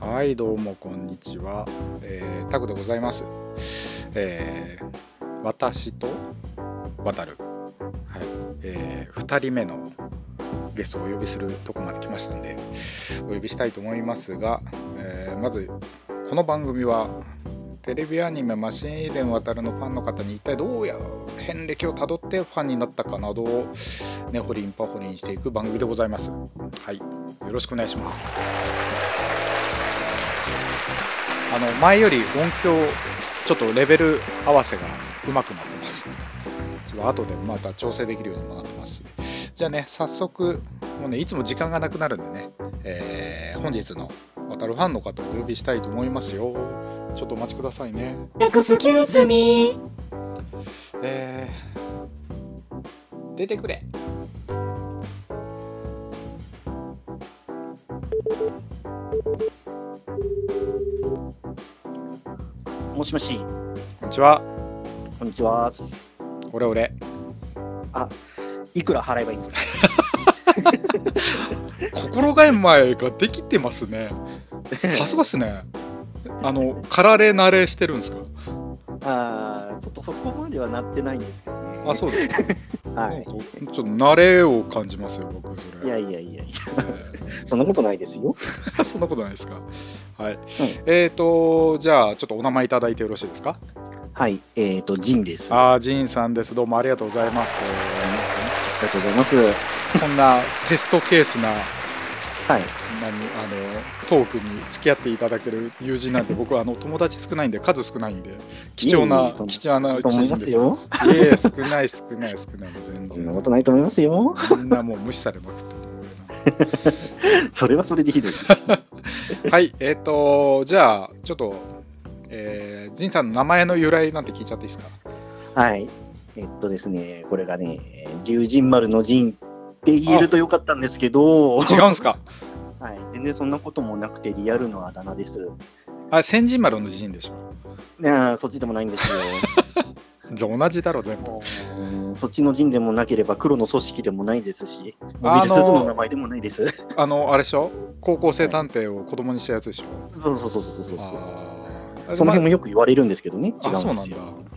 はいどうもこんにちは、えー、タクでございます、えー、私と渡る、はいえー、2人目のゲストをお呼びするとこまで来ましたんでお呼びしたいと思いますが、えーまずこの番組はテレビアニメ「マシン・イーデン渡る」のファンの方に一体どうや遍歴をたどってファンになったかなどを根掘りんぱ掘りにしていく番組でございます。はい、よろしくお願いしますあの前より音響ちょっとレベル合わせが上手くなってますちょっと後でまた調整できるようにもなってますしじゃあね早速もうねいつも時間がなくなるんでね、えー本日の渡るファンの方をお呼びしたいと思いますよちょっとお待ちくださいねエクスキューズミーえー出てくれもしもし、こんにちはこんにちは。オレオレいくら払えばいいんです心構えができてますねさすがっすねあのカラレ慣れしてるんですかかあーちょっとそこまではなってないんですけどね。あそうですかなはんいか。ちょっと慣れを感じますよ、僕、そいやれ。いやいやいや、えそんなことないですよ。ー そんなことないですか。はい。えっ、と、じゃあ、ちょっとお名前いただいてよろしいですか。はい、えっ、ー、と、ジンです。ああー、ジンさんです。どうもありがとうございます。りがとうございます。こんなテストケースな、何、はい。あの、トークに付き合っていただける友人なんて、僕はあの友達少ないんで、数少ないんで、貴重いえいなえと、ん貴重なと思知い人まですすよ。よ。いえいえ、少ない、少ない、少ない、全そんなこ然。とないと思いますよ。みんなもう無視されまくってる俺なんかそれはそれでひどい。はい、えっ、と、じゃあ、ちょっと、えー、ジンさんの名前の由来なんて聞いちゃっていいですかはい。えっとですね、これがね、龍神丸のジンって言えるとよかったんですけど、違うんですかはい、全然そんなこともなくて、リアルのあだ名です。あ、千人丸のジンでしょ。ねえそっちでもないんですよ。じゃあ同じだろ、全部。そっちの陣でもなければ黒の組織でもないですし、モビあのルスーツの名前でもないです。 あの、あれでしょ高校生探偵を子供にしたやつでしょそうそうそうそうそうそうそう。あーその辺まもよく言われるんですけどね、違うんあ、ですそよ。うなん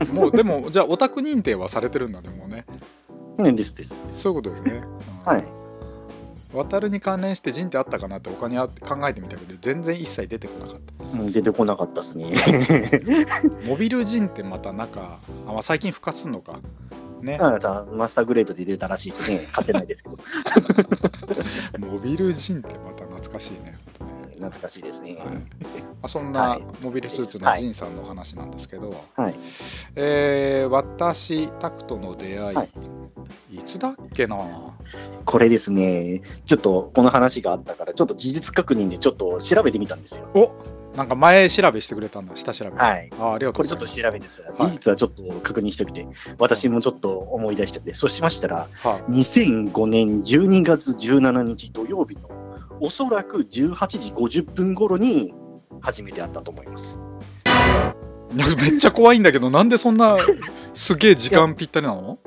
だ。もう、でも、じゃあ、オタク認定はされてるんだね、もうね。うんですです。そういうことよね。うんはい。。渡るに関連してジンってあったかなって他にあ考えてみたけど、全然一切出てこなかった。うん出てこなかったですね。 モビルジンってまたなんか、あまあ、最近復活すんのか。ね。あなたマスターグレードで出たらしいですね。勝てないですけど、 モビルジンってまた懐かしいね。本懐かしいですね。当ねはいまあ、そんなはいモビルスーツのジンさんの話なんですけど、はい。えー私タクトの出会い、、はいつだっけなこれですね、ちょっとこの話があったから、ちょっと事実確認でちょっと調べてみたんですよ。おなんか前調べしてくれたんだ下調べ、あはい。ーありがとこうごれちざいまょっとす調べてさ、事実はちょっと確認しておきて、私もちょっと思い出してて、そうしましたら、はい、 2005年12月17日土曜日のおそらく18時50分頃に初めて会ったと思います。なんかめっちゃ怖いんだけどなんでそんなすげえ時間ぴったりなの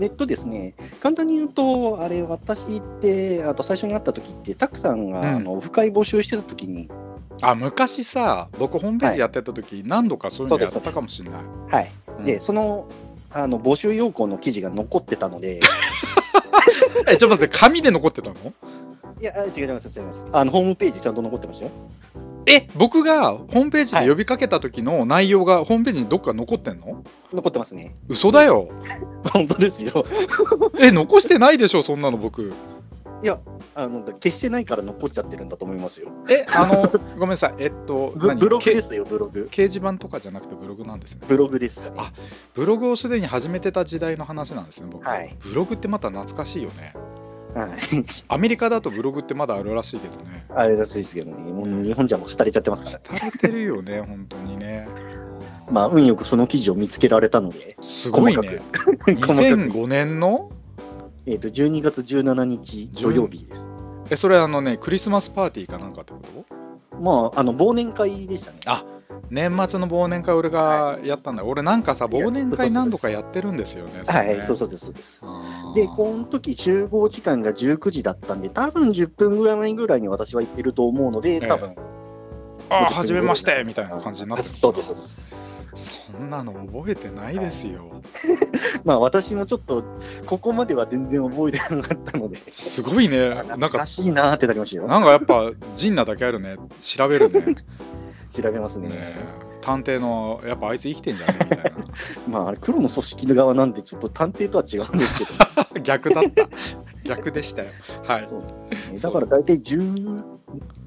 えっとですね、簡単に言うと、あれ、私って、あと最初に会った時って、たくさんが、うんあのオフ会募集してた時に、あ昔さ僕ホームページやってた時、何度かそういうのやったかもしれないはい、うんで、そのあの募集要項の記事が残ってたの で、えちょっと待って紙で残ってたのいや、あ違う違う違う違いますあの、ホームページちゃんと残ってましたよ。え僕がホームページで呼びかけた時の内容がホームページにどっか残ってんの、残ってますね。 嘘だよ本当ですよ。え残してないでしょそんなの僕あの消してないから残っちゃってるんだと思いますよ。えあ のごめんなさいえっとブブログけですよ、ブログ掲。示板とかじゃなくてブログなんですねブログです、ね。あブログをすでに始めてた時代の話なんですね僕、はいブログってまた懐かしいよねはい、アメリカだとブログってまだあるらしいけどねあれらしいですけどね、もう日本じゃもう廃れちゃってますから、廃れてるよね 本当にねまあ、運よくその記事を見つけられたので、すごいね 細かく2005年のえー、と12月17日土曜日です。えそれあのねクリスマスパーティーかなんかってことまあ、あの忘年会でしたね。あ年末の忘年会俺がやったんだ、俺なんかさいや忘年会何度かやってるんですよねはい、そうそそうです、そうです。うで、この時集合時間が19時だったんで、多分10分ぐらい前ぐらいに私は行ってると思うので、多分ああ初めましてみたいな感じになってるそうですそうですそんなの覚えてないですよまあ私もちょっとここまでは全然覚えてなかったのですごいねなん懐かかしいなーってなりましたよなんかやっぱ仁なだけあるね調べる ね調べますねね探偵のやっぱあいつ生きてんじゃねみたいまああれ黒の組織側なんでちょっと探偵とは違うんですけどな 逆だった逆でしたよはいねだから大体15、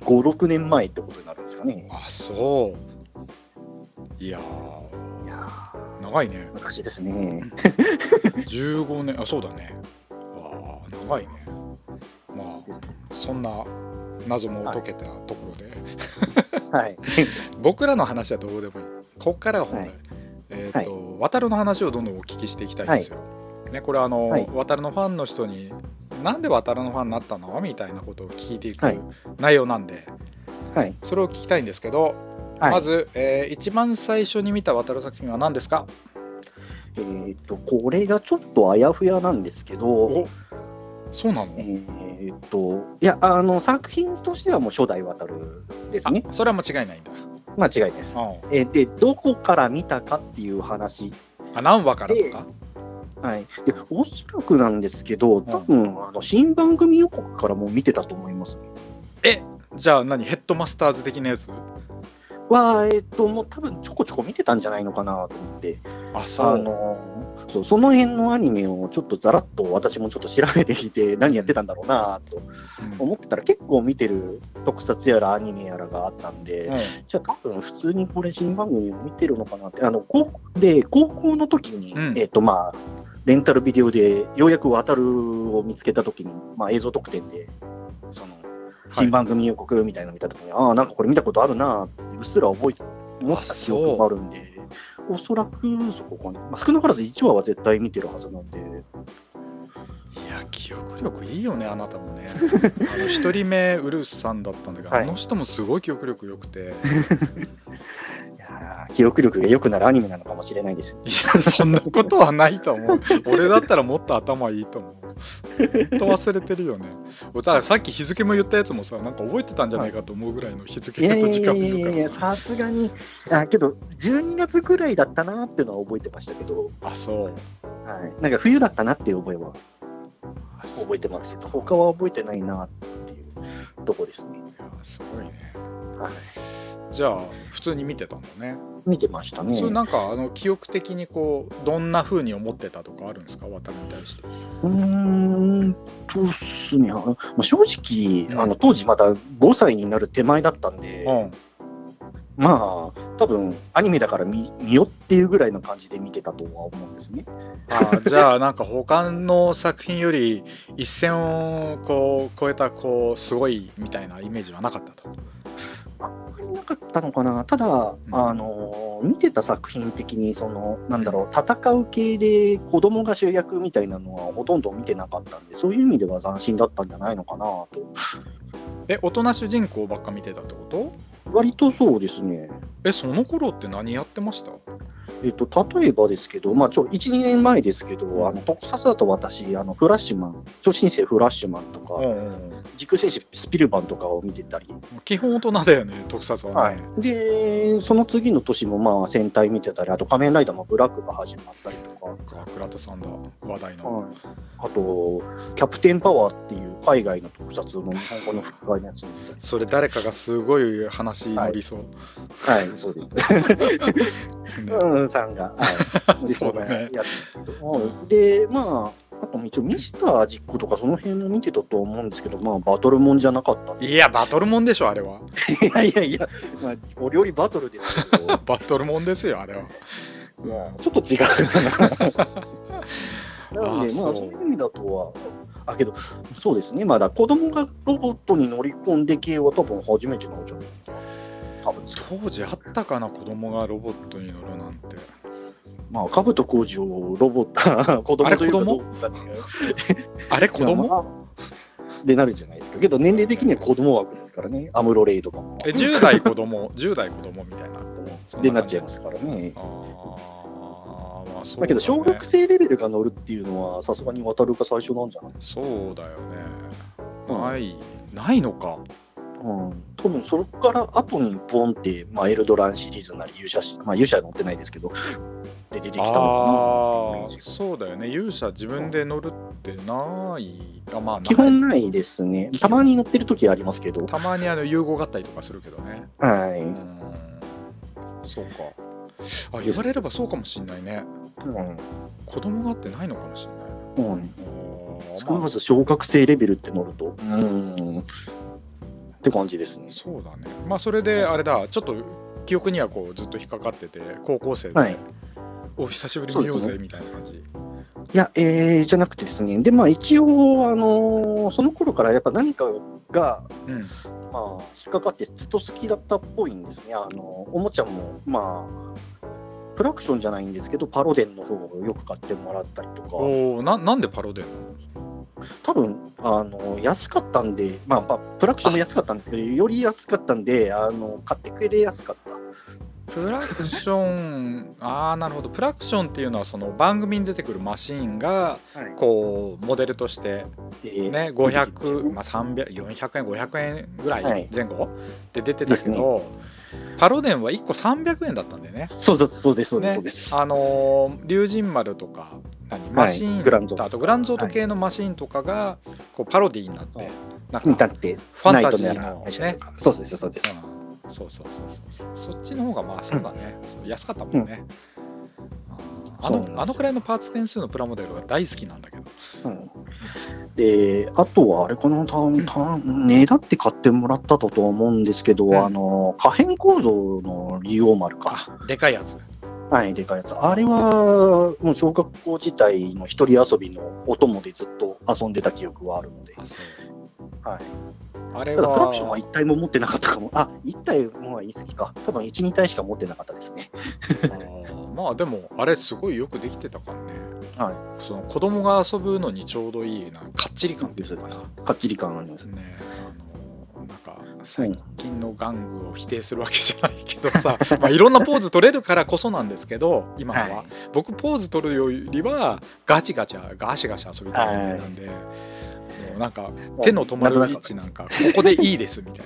6年前ってことになるんですかね。あそういやーいや長いねー昔ですね。 15年あそうだねあー長いねまですねあそんな謎も解けたところで、はい。僕らの話はどうでもいいこっからが本題、はいえっ、と、渡るの話をどんどんお聞きしていきたいんですよ、ねこれはあの、はい渡るのファンの人になんで渡るのファンになったのみたいなことを聞いていくはい内容なんで、はい。それを聞きたいんですけど、はい、まず、えー一番最初に見た渡る作品は何ですかえーっと、これがちょっとあやふやなんですけど、おそうなえのーっと、いや、あの、作品としてはもう初代渡るですね。それは間違いないんだ間違いです。あえーで、どこから見たかっていう話。あ何話からとかはい。で、おそらくなんですけど、多分、あの、新番組予告からもう見てたと思います。じゃあ何ヘッドマスターズ的なやつは、えーっと、もう多分ちょこちょこ見てたんじゃないのかなと思って。あそあうのそうその辺のアニメをちょっとざらっと私もちょっと調べてきて何やってたんだろうなとうん思ってたら結構見てる特撮やらアニメやらがあったんで、うんじゃあ多分普通にこれ新番組を見てるのかなってあの高で高校の時に、うんえっ、とまあレンタルビデオでようやく渡るを見つけた時に、まあ、映像特典でその新番組予告みたいなの見た時に、ああなんかこれ見たことあるなってうっすら覚えて思った記憶もあるんでおそらくそこかな、まあ、少なからず1話は絶対見てるはずなんでいや記憶力いいよねあなたもねあ の一人目ウルースさんだったんだけど、はいあの人もすごい記憶力良くていやいやー記憶力が良くなるアニメなのかもしれないですそんなことはないと思う俺だったらもっと頭いいと思う本当忘れてるよねだからさっき日付も言ったやつもさなんか覚えてたんじゃないかと思うぐらいの日い付やいとや時い間やもい言やいうやからさ さすがにあけど12月ぐらいだったなーっていうのは覚えてましたけど、あそうはい、なんか冬だったなっていう覚えはあそう覚えてますけど他は覚えてないなっていうとこですねいやすごいねはいじゃあ普通に見てたんだね、見てましたねそれなんかあの記憶的にこうどんな風に思ってたとかあるんですか渡るに対してうーんとっすね、あまあ正直、うんあの当時まだ5歳になる手前だったんで、うんまあ、多分アニメだから見見よっていうぐらいの感じで見てたとは思うんですね。あーじゃあなんか他の作品より一線をこう超えたこうすごいみたいなイメージはなかったと。あんまりなかったのかな、ただ、んあの見てた作品的にその、なんだろう、戦う系で子供が主役みたいなのはほとんど見てなかったんで、そういう意味では斬新だったんじゃないのかなと、え大人主人公ばっか見てたってこと割とそうですね。えその頃って何やってましたえっと、例えばですけど、まあ、ちょ1、2年前ですけど、うんあの特撮だと私、あのフラッシュマン、超新星フラッシュマンとか、うんうんうん軸戦士スピルバンとかを見てたり、基本大人だよね特撮ははね。い、でその次の年もまあ戦隊見てたり、あと仮面ライダーもブラックが始まったりとか、あ倉田さんだ話題の。はい、あと、キャプテンパワーっていう海外の特撮のこの副会のやつも見たり、それ誰かがすごい話乗りそう。はい、そうです。ねうん、さんが、はい、そうだねやってるうんで、まあ、あと一応、ミスター実行とか、その辺も見てたと思うんですけど、まあ、バトルもんじゃなかったんで、いやバトルもんでしょあれは。いやいやいや、まあ、お料理バトルですけど、バトルもんですよあれは。ちょっと違うかな。 なあのーで、まそうあ、そういう意味だとは、あ、けど、そうですね、まだ子供がロボットに乗り込んで系は多分初めてなんじゃないかな。多分ですけど当時あったかな子供がロボットに乗るなんて。まあ、兜小路をロボット、 子供あというかれど子うかっていうあれ子いや供まあでなるじゃないですか。けど年齢的には子供枠ですからね、アムロレイとかも。え10代子供10代子供みたいなそんでな感っじちゃいますからね。あーまあそうだけど小学生生レベルが乗るっていうのはさすがに渡るが最初なんじゃないそうだよねうんないないのかうん、多分それから後にボンって、まあ、エルドランシリーズなり勇者し、まあ、勇者は乗ってないですけど、で出てきたのかなあっていうイメーージそうだよね勇者自分で乗るってないあまあない基本ないですね。たまに乗ってる時ありますけど。たまにあの融合合体とかするけどねはい。ううんそうかあ言われればそうかもしんないね子供があってないのかもしんないん。うん。あ少ー、まなあず小学生レベルって乗ると。うん。って感じですね。そうだねまあそれであれだちょっと記憶にはこうずっと引っかかってて高校生で、はいお久しぶりに見ようそうぜでみたいな感じ、いや、えー、じゃなくてですね。で、まあ一応、あのーその頃からやっぱ何かが、うんまあ、引っかかってずっと好きだったっぽいんですね。あの、おもちゃも、まあ、プラクションじゃないんですけど、パロデンの方をよく買ってもらったりとか、おおななんでパロデンなの多分、あの、安かったんで、まあ、まあ、プラクションも安かったんですけど、より安かったんで、あの、買ってくれやすかった。プラクションああなるほどプラクションっていうのはその番組に出てくるマシンがはい。こうモデルとしてでね500、まあ、300400円500円ぐらはいい前後で出てたけど、パロデンは1個300円だったんだよね。そうそうそうです、そうでねす、そうです。 あのー竜神丸とか何マシーン、グランゾートあとグランゾート系のマシーンとかがこうパロディーになって、はいなんだかって、ファンナイタトジのやーらの会社ねと、かそうです、そうです。うん、そうそうそうそうそうそっちの方がまあそうだね、そう安かったもんね、あそうなんですよのあのくらいのパーツ点数のプラモデルが大好きなんだけどうんで、あとはあれかな、たたねだって買ってもらったとと思うんですけど、うんあの、可変構造の竜王丸か。あでかいやつはい、でかいやつ。あれは、もう小学校時代の一人遊びのお供でずっと遊んでた記憶はあるので。あそうはい。あれただ、はプラクションは1体も持ってなかったかも。あ、1体もは言い過ぎか。多分1、2体しか持ってなかったですね。あーまあでもあれすごいよくできてたからねはその子供が遊ぶのにちょうどいいなかっちり感っていうのかなかっちり感あります。ねあのなんか最近の玩具を否定するわけじゃないけどさ、 まあいろんなポーズ取れるからこそなんですけど今のは、はい僕ポーズ取るよりはガチガチャガシガシ遊びたいみたいなんで、もうなんか手の止まる位置なんかここでいいですみた い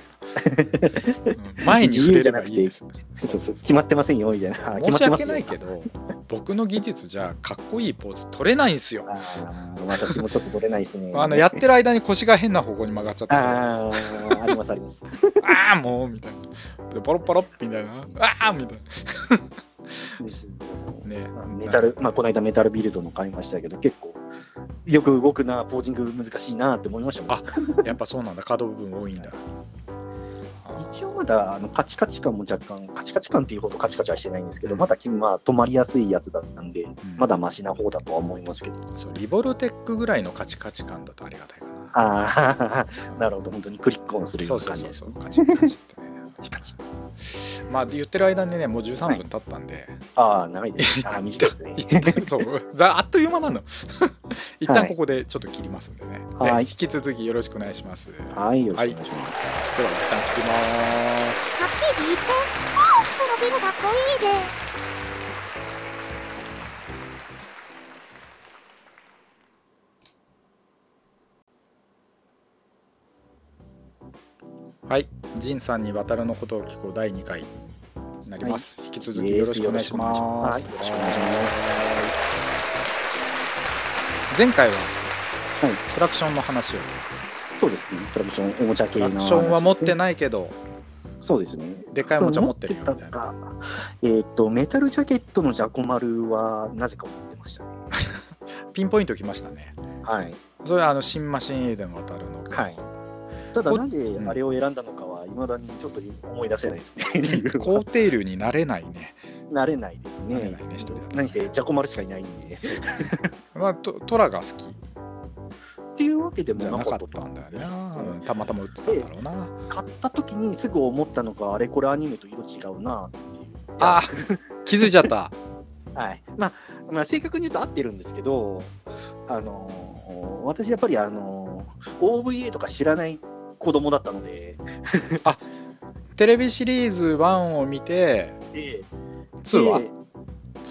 な、うん前に触れればいいですちょっそうとそうそう決まってませんよ、みたいな。あ申決しまっ訳てますないけど。ど僕の技術じゃかっこいいポーズ取れないんですよ。あー私もちょっと取れないですねあのやってる間に腰が変な方向に曲がっちゃったからあーありますあります。ああもうみたいな。でパロッパロッみたいな。ああみたいな。ねまあ。メタル、まあ、この間メタルビルドの買いましたけど、結構、よく動くな、ポージング難しいなって思いましたもん。あやっぱそうなんだ。可動部分多いんだ。あ一応まだあのカチカチ感も若干、カチカチ感っていうほどカチカチはしてないんですけど、うんまだ、まあ、止まりやすいやつだったんで、うんまだマシな方だとは思いますけど、そうリボルテックぐらいのカチカチ感だとありがたいかな。ああ、 なるほど、本当にクリックオンするよそううなそ感うじそでうそう。カチカす。チってね。カチカチまあで言ってる間にねもう13分経ったんで、ああ、長いですね。ああ、短いで すね。一旦そうだあっという間なの。一旦ここでちょっと切りますんでね。はいね引き続きよろしくお願いします。はい、よろしくお願いします。では一旦切ります。ハッピージーってああプロジェルかっこいいではい、仁さんに渡るのことを聞こう第2回になります、引き続きよろしくお願いします。よろしくお願いしますはい前回は、はいトラクションの話を、そうですね、プラモション、おもちゃ系トのラ話クですね。ションは持ってないけど、そうですね。でかいおもちゃ持ってるよみたいな持ってかえーっ、と、メタルジャケットのジャコマルは、なぜか持ってましたね。ピンポイントきましたね。はい。それはあの新マシンエーデン渡るのこと、はいただ、こなんであれを選んだのかは、いまだにちょっと思い出せないですね。理 由高低流になれないね。 慣れないですね。慣れないね一人だと何せ、ジャコマルしかいないんで。まあ、トトラが好きっていうわけでもじゃななかかっったたんんだよでね。うんたまたま売ってたんだろうな。買った時にすぐ思ったのか、あれこれアニメと色違うなっていう。あ気づいちゃ った。はいまあまあ、正確に言うと合ってるんですけど、あのー私、やっぱり、あのー OVA とか知らない子供だったので、テレビシリーズ1を見て、で2は、で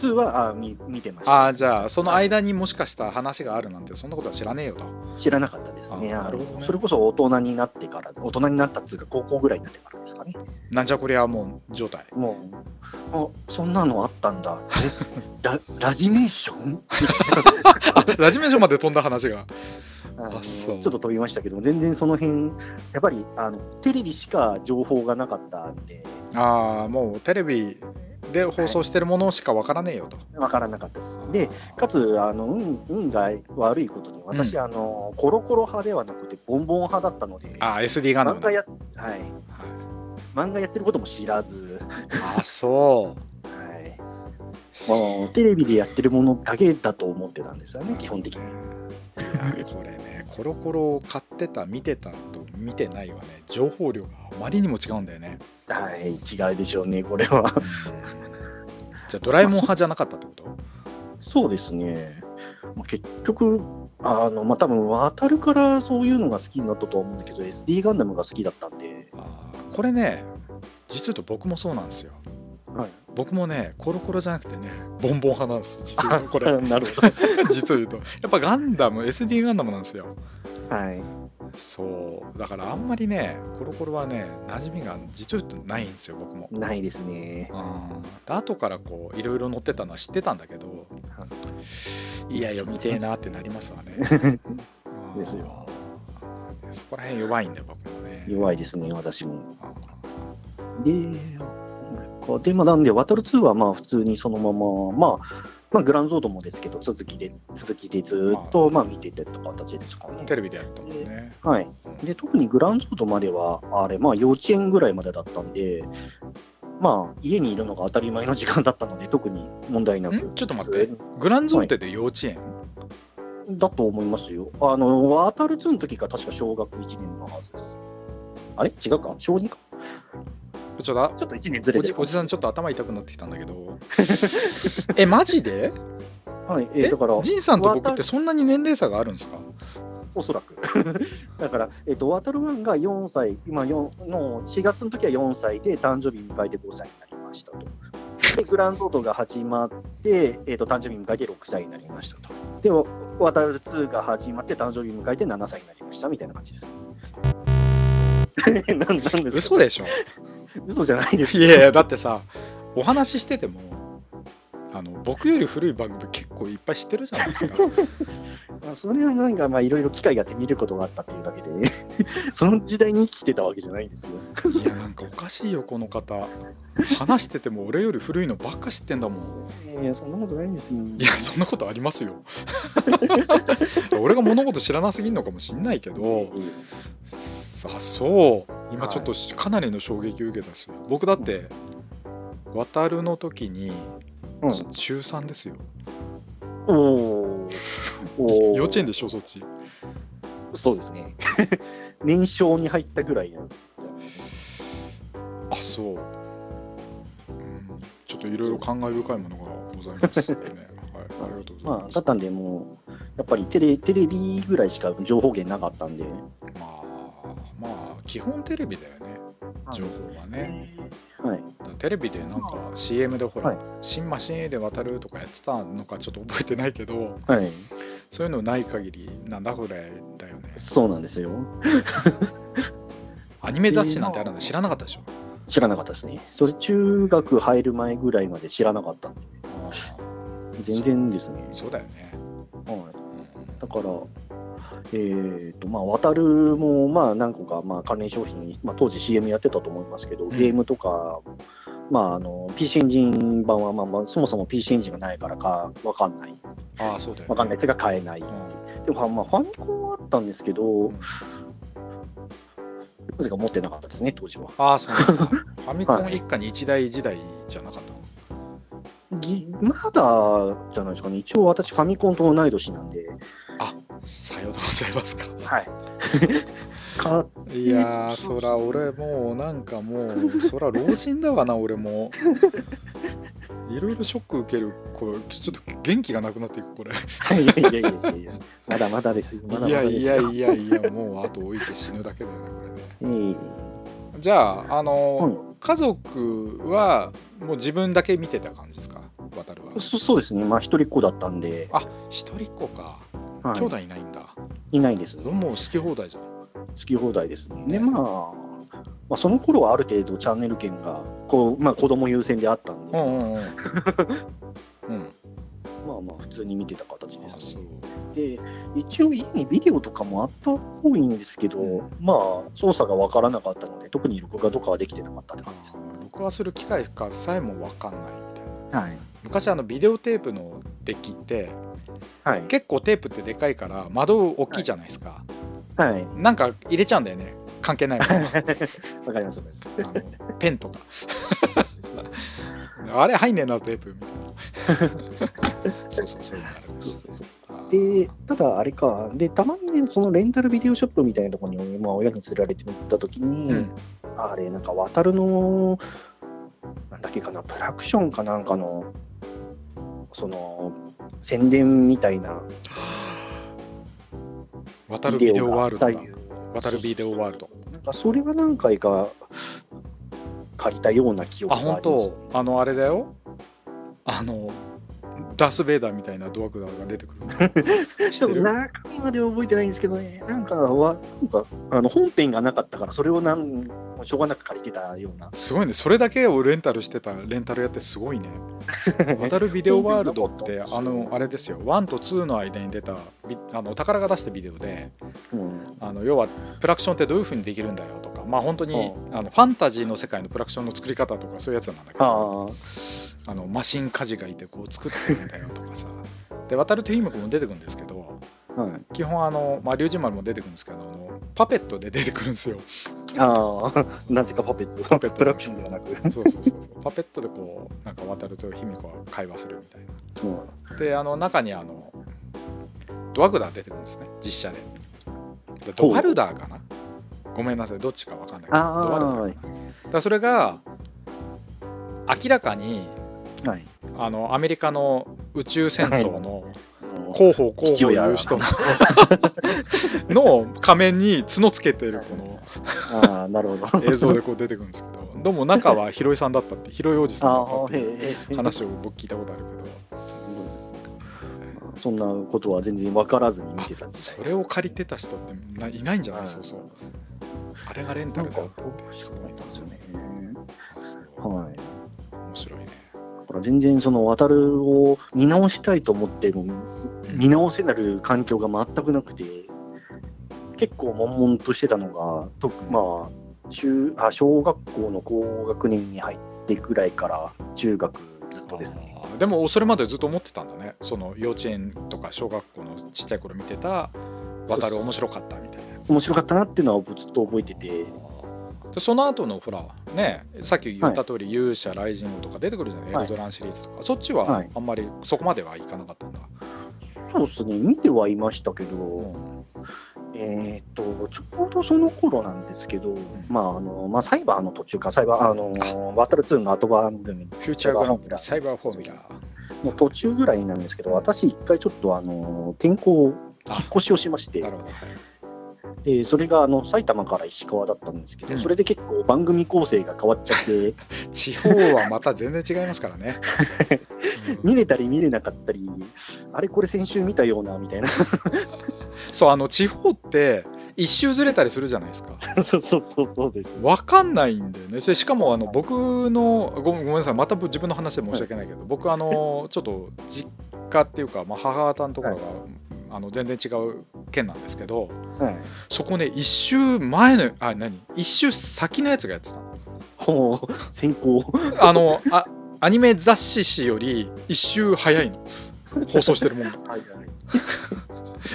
2はあ見見てましあたあじゃあその間にもしかしたら話があるなんてそんなことは知らねえよと知らなかったです。ですね。ああなるほどのねそれこそ大人になってから、大人になったっていうか、高校ぐらいになってからですかね。なんじゃこりゃもう状態もう、あそんなのあったんだ。え ララジメーション あラジメーションまで飛んだ話があのちそょうっと飛びましたけども、全然その辺、やっぱりあのテレビしか情報がなかったんで、ああもうテレビで放送してるものしかわからねえよと、わからなかったです。で、かつ、あの運運が悪いことに、私、うんあの、コロコロ派ではなくて、ボンボン派だったので、あー SD ガンダム漫だ画や、はい、はい漫画やってることも知らず、あそうはい、そもうテレビでやってるものだけだと思ってたんですよね、基本的に。いやこれねコロコロを買ってた見てたと見てないはね情報量があまりにも違うんだよ ね、はい、違うでしょうね、これは。じゃあドラえもん派じゃなかったってことそうですね。まあ結局、あの、まあ、多分渡るからそういうのが好きになったとは思うんだけど、SD ガンダムが好きだったんで、あーこれね実は僕もそうなんですよはい。僕もねコロコロじゃなくてねボンボン派なんです実はこれ なるほ 実を言うとやっぱガンダム SD ガンダムなんですよど。はい。そうだからあんまりねコロコロはね馴染みが実を言うとないんですよ僕もないですね。うん、で後からこういろいろ載ってたのは知ってたんだけどはいや読みてえなってなりますわねうん ですよそこら辺弱いんだよ僕もね弱いですね、私も。あで、これかで、まあ、なんで、渡る2はまあ普通にそのまま、まあ、まあ、グランゾードもですけど、続きで、続きでずっと、まあ、見ててって形ですかね。テレビでやったもんねはい。で、特にグランゾードまでは、あれ、まあ、幼稚園ぐらいまでだったんで、まあ、家にいるのが当たり前の時間だったので、特に問題なく。んちょっと待ってグランゾーンテで幼稚園、だと思いますよ。あの、渡る2の時が確か小学1年のはずです。あれ違うか小2かちょっとあちょっと1年ずれおてじる。おじさんちょっと頭痛くなってきたんだけど えマジではい、えーだから、仁さんと僕ってそんなに年齢差があるんですかおそらく。 だから、えっ、と、渡る1が4歳、今4の4月の時は4歳で、誕生日迎えて5歳になりましたと。で、グランドートが始まって、えっ、と、誕生日迎えて6歳になりましたと。で、渡る2が始まって、誕生日迎えて7歳になりましたみたいな感じです。 なんなんですか嘘でしょ嘘じゃないですいやいやだってさお話ししててもあの僕より古い番組結構いっぱい知ってるじゃないです かまあそれはなんかまあいろいろ機会があって見ることがあったっていうだけで、 その時代に生きてたわけじゃないんですよ。いやなんかおかしいよこの方話してても俺より古いのばっか知ってんだもんいや、そんなことないんですよ。いやそんなことあります よ俺が物事知らなすぎんのかもしんないけどさあそう今ちょっとしかなりの衝撃を受けたし僕だって渡るの時にうん、中3ですよおー幼稚園で小卒そうですね。 年少に入ったぐらいなんであそう、うん、ちょっといろいろ感慨深いものがございます ね、はい、ありがとうございままあ、す、だったんで、もう、やっぱりテレテレビぐらいしか情報源なかったんで、まあまあ基本テレビだよね情報はね、はい、だからテレビでなんか CM でほら、はい新マシン A で渡るとかやってたのかちょっと覚えてないけどはい、そういうのない限りなんだこれだよねそうなんですよ。アニメ雑誌なんてあるの知らなかったでしょ知らなかったですね。それ、中学入る前ぐらいまで知らなかったんで、あー全然ですね。そうだよね、はいうんだから、えーとまあ、渡るも、まあ、何個か、まあ、関連商品、まあ、当時 CM やってたと思いますけど、ゲームとか、まあ、あの PC エンジン版は、まあまあ、そもそも PC エンジンがないからか分かんない、ああそうだよ、ね、分かんないやつが買えない、でも、まあ、ファミコンはあったんですけど、んなぜか持ってなかったですね、当時は。ああそうなん だファミコン一家に一台一台じゃなかったのぎまだじゃないですかね、一応私、ファミコンと同い年なんで、さようでございますかはい、 買っいやー、そら、俺もう、なんかもう、そら、老人だわな、俺も。いろいろショック受ける、これ、ちょっと元気がなくなっていく、これ。いやいやいやいやいや、まだまだですよ、まだまいやだですよ。いやいやいや、もう、あと置いて死ぬだけだよね、これね。ええじゃあ、あの、う家族は、もう自分だけ見てた感じですか、渡るは。そそうですね、まあ、一人っ子だったんで、あ、一人っ子か。はい兄弟いないんだいないです。好もう好き放題じゃんき放題ですね。で、まあ、まあ、その頃はある程度チャンネル権が、こう、まあ子供優先であったんで、うんうんうんうん まあまあ普通に見てた形あですそね。うで、一応家にビデオとかもあったっぽいんですけど、うんまあ操作がわからなかったので、特に録画とかはできてなかったってあ感じです。ー録画する機械かさえも分かんないみたいなはい。昔あのビデオテープのデッキってはい。結構テープってでかいから窓大きいじゃないですか、はい。なんか入れちゃうんだよね関係ないもの わかります。わかりますあのペンとか あれ入んねえなテープみ たいなそうそうそういうのがあるんですそうよそうそうあーで、ただあれか、で、たまにね、そのレンタルビデオショップみたいなところに、まあ、親に連れられて行ったときに、うんあれ、なんか、渡るの、なんだっけかな、プラクションかなんかの、その、宣伝みたいな渡るビデオワールドだう。渡るビデオワールドなんか、それは何回か借りたような記憶あがありま本す、当あのあれだよあのダース・ベイダーみたいなドアクダーが出て くるの知ちっょってとる中身までは覚えてないんですけどね、なんかは、なんかあの本編がなかったから、それをなんしょうがなく借りてたような。すごいねそれだけをレンタルしてたレンタル屋ってすごい ね渡るビデオワールドってあのあれですよ1と2の間に出たビあのお宝が出したビデオでうん、あの要はプラクションってどういう風にできるんだよとかまあ本当にあのファンタジーの世界のプラクションの作り方とかそういうやつなんだけどああ、あのマシン家事がいてこう作ってるんだよとか さで渡るとひもくも出てくるんですけどはい。基本あの、まあ、龍神丸も出てくるんですけどあのパペットで出てくるんです よあ あ、なぜかパペット。パペットプラクションではなく。そうそうそうそうパペットでこうなんか渡ると姫子は会話するみたいなうんであの中にあのドアグダー出てくるんですね実写ででドワルダーかなごめんなさいどっちかわかんないけどドあーワルダーかなだからそれが明らかにはい。あのアメリカの宇宙戦争のあの広 報広報いう人の の仮面に角つけてるこ のああ、なるほど。 映像でこう出てくるんですけどどうも中はひろいさんだったってひろいおじさんだあったっあ、ていうへえ。話を僕聞いたことあるけどうんそんなことは全然分からずに見あてた時代ですそれを借りてた人ってないないんじゃないそうそうう。あれがレンタなルんかだったってすそうごないんなですよね。あそうはい。面白いねだから全然その渡るを見直したいと思っても見直せなる環境が全くなくて結構悶々としてたのがとまあ中あ小学校の高学年に入ってくらいから中学ずっとですねあーでもそれまでずっと思ってたんだねその幼稚園とか小学校のちっちゃい頃見てた渡る面白かったみたいなやつ面白かったなっていうのはずっと覚えててあーでその後のほらねさっき言った通り、勇者雷神王とか出てくるじゃない、はいエルドランシリーズとかそっちははいあんまりそこまではいかなかったんだ、そうですね見てはいましたけど、うんえーっとちょうどその頃なんですけど、まああのまあ、サイバーの途中かサイバーあ のバトル2の後番組フューチャーグランプリサイバーフォーミュラーの途中ぐらいなんですけど私一回ちょっとあの転校引っあ越しをしましてなるほど、はいでそれがあの埼玉から石川だったんですけど、うんそれで結構番組構成が変わっちゃって地方はまた全然違いますから ね、うん見れたり見れなかったりあれこれ先週見たようなみたいなそそうあの地方って一周ずれたりするじゃないですかう そうそうそうですわかんないんだよねそれしかもあの僕のごごめんなさいまた自分の話で申し訳ないけど、僕あのちょっと実家っていうか、まあ、母方のところが、あの全然違う県なんですけどはいそこね一周前のあ何一周先のやつがやってたのほう先行 あのあアニメ雑誌誌より一周早いの放送してる もんがはいはい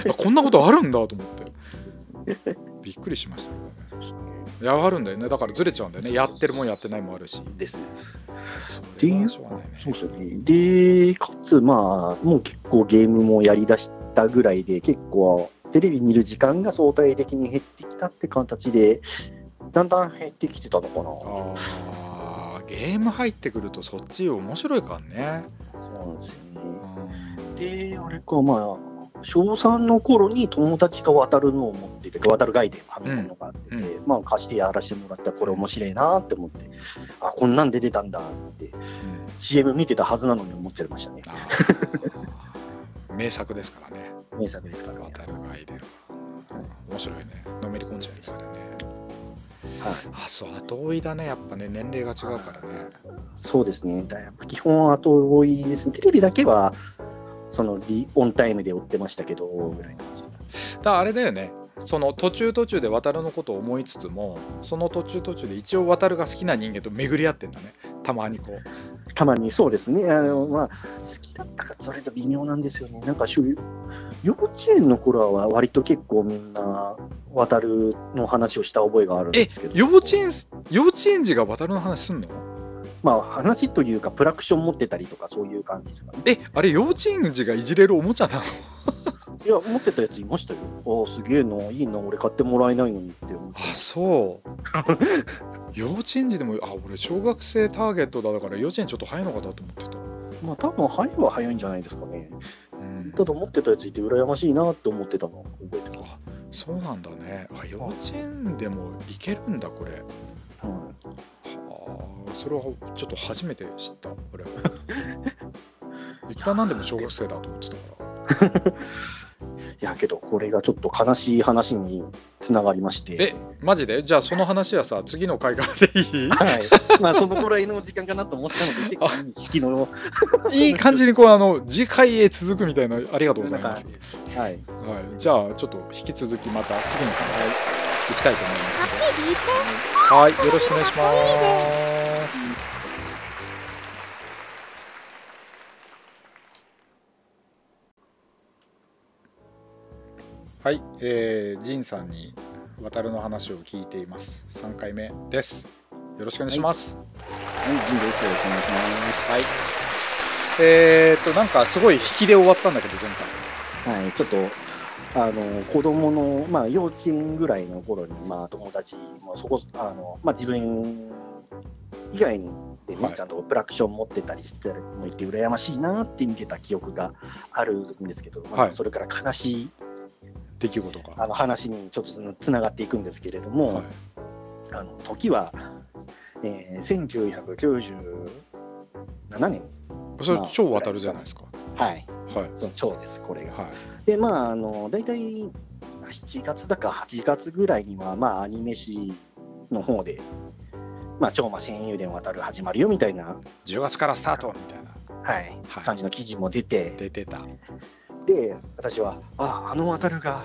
あこんなことあるんだと思ってびっくりしましたけどねいやあるんだよねだからずれちゃうんだよねやってるもんやってないもあるしですですそってれいはうしょうがないねそうですよねでかつまあもう結構ゲームもやりだしたぐらいで結構テレビ見る時間が相対的に減ってきたって形でだんだん減ってきてたのかなあーゲーム入ってくるとそっち面白いからね。そうなんですよねうんで、あれか、まあ、小3の頃に友達が渡るのを持ってて、渡るガイデン、ファミコンのがあってて、うんまあ、貸してやらせてもらったら、これ面白いなって思って、あ、こんなんで出たんだって、CM 見てたはずなのに思っちゃいましたね。あー名作ですからね。名作ですからね。渡るがアイデンは面白いねのめり込んじゃうからねはい、あそう後追いだねやっぱね年齢が違うからねそうですね、だやっぱ基本は後追いですね、テレビだけはそのリオンタイムで追ってましたけど、ぐらいの感じだからあれだよねその途中途中で渡るのことを思いつつもその途中途中で一応渡るが好きな人間と巡り合ってんだねたまにこうたまにそうですね、あのまあ、好きだったか、それと微妙なんですよね、なんかしゅ幼稚園の頃は割と結構みんな、渡るの話をした覚えがあるんえですけど、幼稚園す幼稚園児が渡るの話すんのまあ話というか、プラクション持ってたりとか、そういう感じですかね。えあれ幼稚園児がいじれるおもちゃなの いや、持ってたやついましたよ、おすげえな、いいな、俺買ってもらえないのにって思ってあそう 幼稚園児でもあ俺小学生ターゲットだから幼稚園ちょっと早いのかなと思ってた、まあ多分早いは早いんじゃないですかね。うんただ持ってたやついて羨ましいなって思ってたのを覚えてます。そうなんだねあ幼稚園でもいけるんだこれうんはあそれはちょっと初めて知った 俺はいくらなんでも小学生だと思ってたからいやけどこれがちょっと悲しい話につながりましてえ、マジでじゃあその話はさ次の回からでい いはい、まあそのくらいの時間かなと思ったので結構いい式のいい感じにこうあの次回へ続くみたいなありがとうござないんかます、ははい、い、じゃあちょっと引き続きまた次の回行きたいと思いますあのっち聞いてではいよろしくお願いしますはい、えー、ジンさんに渡るの話を聞いています。三回目です。よろしくお願いします。はい、いいですよろしくお願いしまはい。えー、っとなんかすごい引きで終わったんだけど前回。す。はい、ちょっとあの子供のまあ幼稚園ぐらいの頃にまあ友達もそこあのまあ自分以外にでね、はいちゃんとプラクション持ってたりしてるのいて羨ましいなって見てた記憶があるんですけど、まあはいそれから悲しい出来事が。あの話にちょっとつなつながっていくんですけれども、はい。あの時は、えー、1997年、それ超渡るじゃないですか。はい、はい。その蝶です、これが。はい。で、まあ、あの大体7月だか8月ぐらいには、まあ、アニメ誌の方で、まあ、蝶間親友伝渡る始まるよみたいな、 10月からスタートみたいなはいはい感じの記事も出て、出てた。で、私は、ああ、の渡るが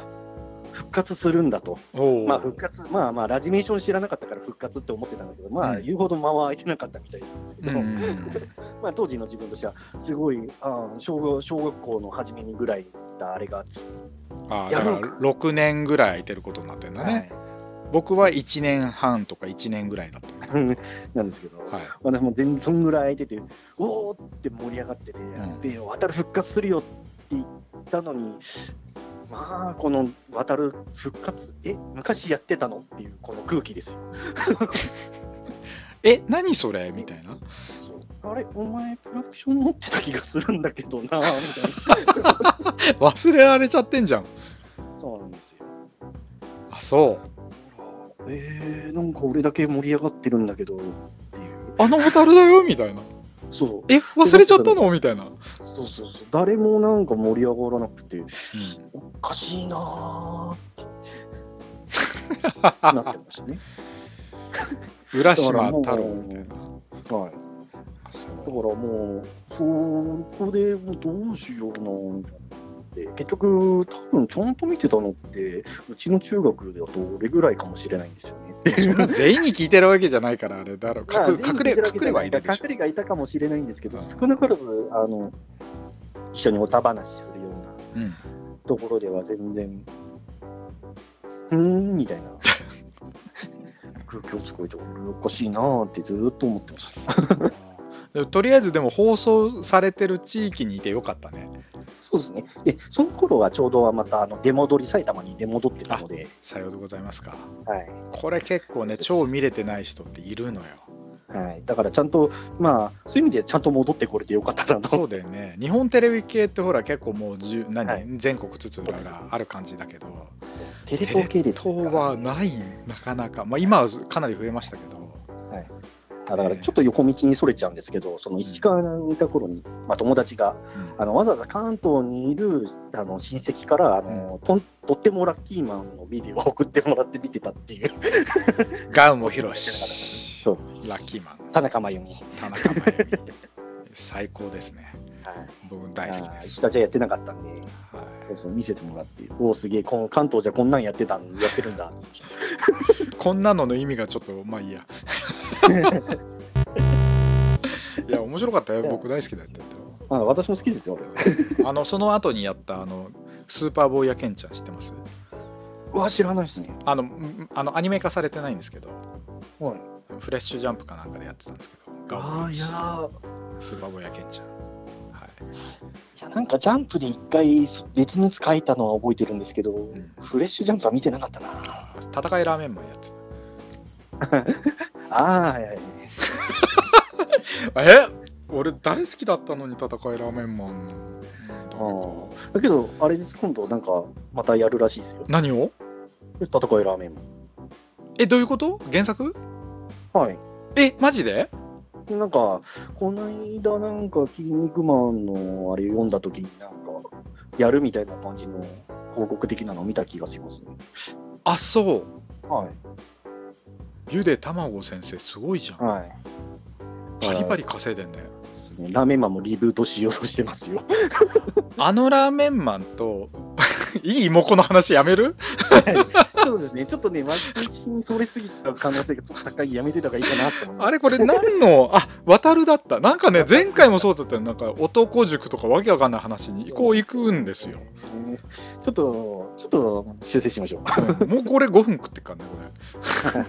復活するんだと。おお。まあ復活、まあまあ、ラジメーション知らなかったから復活って思ってたんだけど、まあ、うん言うほど間は空いてなかったみたいなんですけうど、んうんうんまあ、当時の自分としては、すごいあー小学小学校の初めにぐらいだあれがつ、ああやだかろらうか6年ぐらい空いてることになってんだね、はい僕は1年半とか1年ぐらいだったうん なんですけど、はい私も全然そんぐらい空いてて、おーって盛り上がってて、んで渡る復活するよって言ったのに、まあ、この渡る復活、え、昔やってたのっていう、この空気ですよ。え何それみたいなそうあれ、お前、プロダクション持ってた気がするんだけどな、みたいな。忘れられちゃってんじゃんそうなんですよ。あそうえー、なんか俺だけ盛り上がってるんだけどっていう。あのホタルだよみたいなそう、え忘れちゃったのみたいな、うんそうそうそう。誰もなんか盛り上がらなくて、おかしいなーってなってましたね。浦島太郎みたいなはい。あそだかうらもう、そこでもうどうしようかなみたいな。で結局、多分ちゃんと見てたのって、うちの中学だと俺ぐらいかもしれないんですよね。そんな全員に聞いてるわけじゃないからあれだろうまあ隠隠れ隠れはいるでしょ隠れがいたかもしれないんですけど、うん少なからずあの一緒におたばなしするようなうんところでは全然、うーんみた いな空気をつこえて、俺おかしいなーってずーっと思ってました。でもとりあえずでも放送されてる地域にいてよかったねそうですね。で、その頃はちょうどはまたあの出戻り、埼玉に出戻ってたので、さようでございますかはいこれ結構ね超見れてない人っている のよはい、だからちゃんと、まあ、そういう意味でちゃんと戻ってこれてよかったなと。そうだよね日本テレビ系ってほら結構もうじゅ何、はい全国津々浦々ある感じだけどテレテ東系レ列です東からはないなかなかまあ今はかなり増えましたけど、はいあだからちょっと横道にそれちゃうんですけど、その石川にいた頃に、まあ、友達があのわざわざ関東にいるあの親戚からあの、とんとってもラッキーマンのビデオを送ってもらって見てたっていう、 ガウンも広しそうラッキーマン田中真由美、はい、田中真 由美最高ですね僕大好きあでーす石、川じゃやってなかったんで、はそうそう見せてもらって、おお、すげえ、この関東じゃこんなんやってたんやってるんだ。 い、こんなのの意味がちょっとまあいいやいや面白かったよ僕大好きだったよあ私も好きですよ、俺。あのその後にやったあのスーパーボーイやケンちゃん知ってますうわ、知らないですね。あのんあのアニメ化されてないんですけどはい、フレッシュジャンプかなんかでやってたんですけどガオあボーあ、イいチやースーパーボーイやケンちゃんはいや、なんかジャンプで一回別に書いたのは覚えてるんですけど、い、うんフレッシュジャンプは見てなかったな。戦いラーメンマンやってああ、はいはい。たえ俺大好きだったのに戦いラーメンマンあダメかーだけど、あれです、今度なんかまたやるらしいですよ。何を戦いラーメンも。えどういうこと原作はい。えマジでなんか、こないだなんか、キン肉マンのあれ読んだ時になんか、やるみたいな感じの広告的なのを見た気がしますね。あそうはい。ゆで卵先生すごいじゃんはい。バリバリ稼いでんねですねラーメンマンもリブートしようとしてますよ。あのラーメンマンと いい妹の話やめるそうですね。ちょっとね、ワンチにそれすぎた可能性がちょっと高いやめてた方がいいかなって思います。あれこれ何のあ渡るだったなんかね前回もそうだったよなんか男塾とかわけわかんない話にこう行くんですよねちょっと、ちょっと修正しましょう。もうこれ5分食ってっからねこ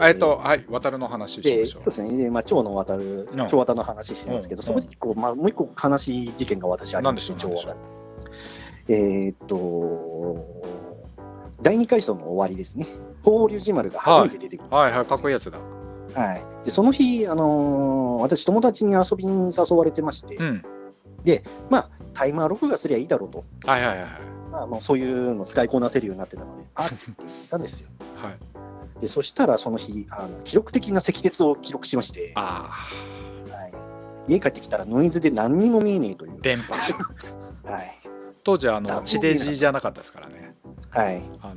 れえっとはい渡るの話しで、ましそょううですね。で、まあ、蝶の渡るうん、蝶渡の話してますけど、うんそこで一個、まあ、もう一個悲しい事件が私ありなんまでしすょう蝶な渡。えーっと、第二回想の終わりですね。法隆寺丸が初めて出てくる。はいはいかっこいいやつだうはい。で、その日、あのー私、友達に遊びに誘われてまして、んまあ、タイマー録画すりゃいいだろうと、はいはいはいはいまあ、もうそういうの使いこなせるようになってた ので、あって言ったんですよ。はいで、そしたら、その日、あの記録的な積雪を記録しまして、はあい、家帰ってきたらノイズで何にも見えねえというー。電波はい。当時あダの ブル地デジじゃなかったですからねはい。あ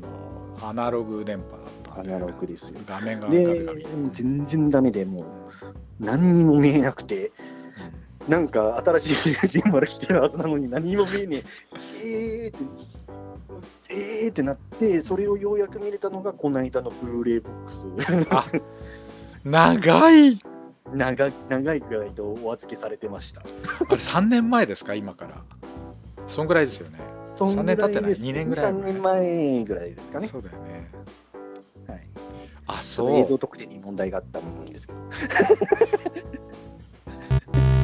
のアナログ電波だったアんでナログですよ。画面がガビでガビ、全然ダメで、もう、何にも見えなくて、なんか新しいフリジンまで来てるはずなのに何にも見えねえ、えーって、えーってなって、それをようやく見れたのが、この間のブルーレイボックス。 あ長い長い長いぐらいとお預けされてました。あれ3年前ですか今からそんぐらいですよねそんぐら三年経ってないです二年ぐらい二三年前ぐらいですかね。そうだよねはい、あそのそ映う像特定に問題があったんで すけど。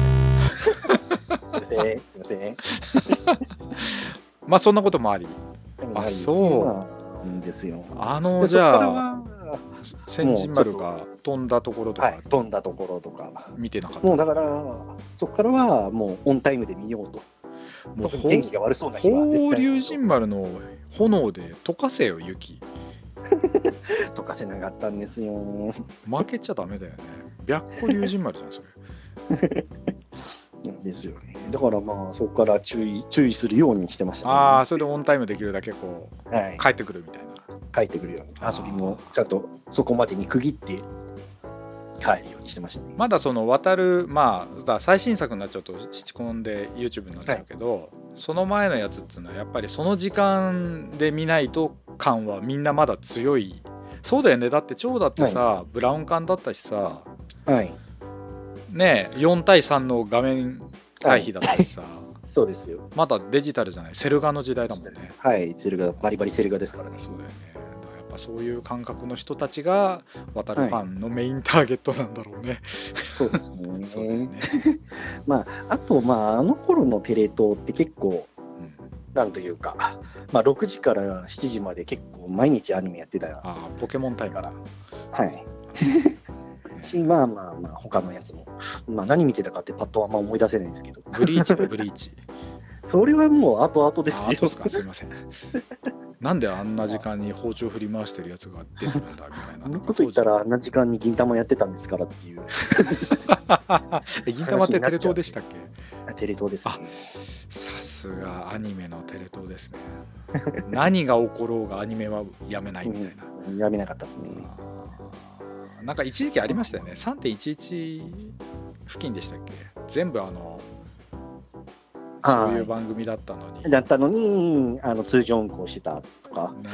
すいません、すいません。まあそんなこともありあそううなんですよ。あのでじそっかゃらあは千人丸が飛んだところとはかい、飛んだところとか、見てなかった、もうだから、そこからはもうオンタイムで見ようと、もう特にほ天気が悪そうな日は絶対法龍神丸の炎で溶かせよ雪とかせなかったんですよ。負けちゃダメだよね白虎龍神丸じゃん それなんですよね。だからまあ、そこから注意注意するようにしてました、ね。ああそれでオンタイムできるだけこうはい、帰ってくるみたいな帰ってくるように、遊びもちゃんとそこまでに区切って帰るようにしてましたね。まだその渡るまあだから最新作になっちゃうと七コンで YouTube になっちゃうけど、その前のやつっていうのはやっぱりその時間で見ないと感はみんなまだ強いそうだよねだって蝶だってさ、ブラウン管だったしさはい。ねえ4対3の画面対比だったしさ、そうですよ。まだデジタルじゃないセルガの時代だもんねはい、セルガ、バリバリセルガですからね。そうだよねだからやっぱそういう感覚の人たちが渡るファンのメインターゲットなんだろうね、そうですそうだよね。ね、まあ、あと、まあ、あの頃のテレ東って結構、うん、なんというか、まあ、6時から7時まで結構毎日アニメやってたよ。ああポケモンタイムだ、ねはい。し、まあまあまあ、他のやつも。まあ、何見てたかってパッとあんま思い出せないんですけど、ブリーチだブリーチ それはもう後々ですあよ。あとですかすいませんなんであんな時間に包丁振り回してるやつが出てるんだみたいなあんなこと言ったらあんな時間に銀玉やってたんですからっていう え銀玉ってテレ東でしたっけテレ東ですねあさすがアニメのテレ東ですね何が起ころうがアニメはやめないみたいな、うんやめなかったですねあーなんか一時期ありましたよね3.11付近でしたっけ全部あのはそいういう番組だったのに、だったのにあの通常運行してたとかね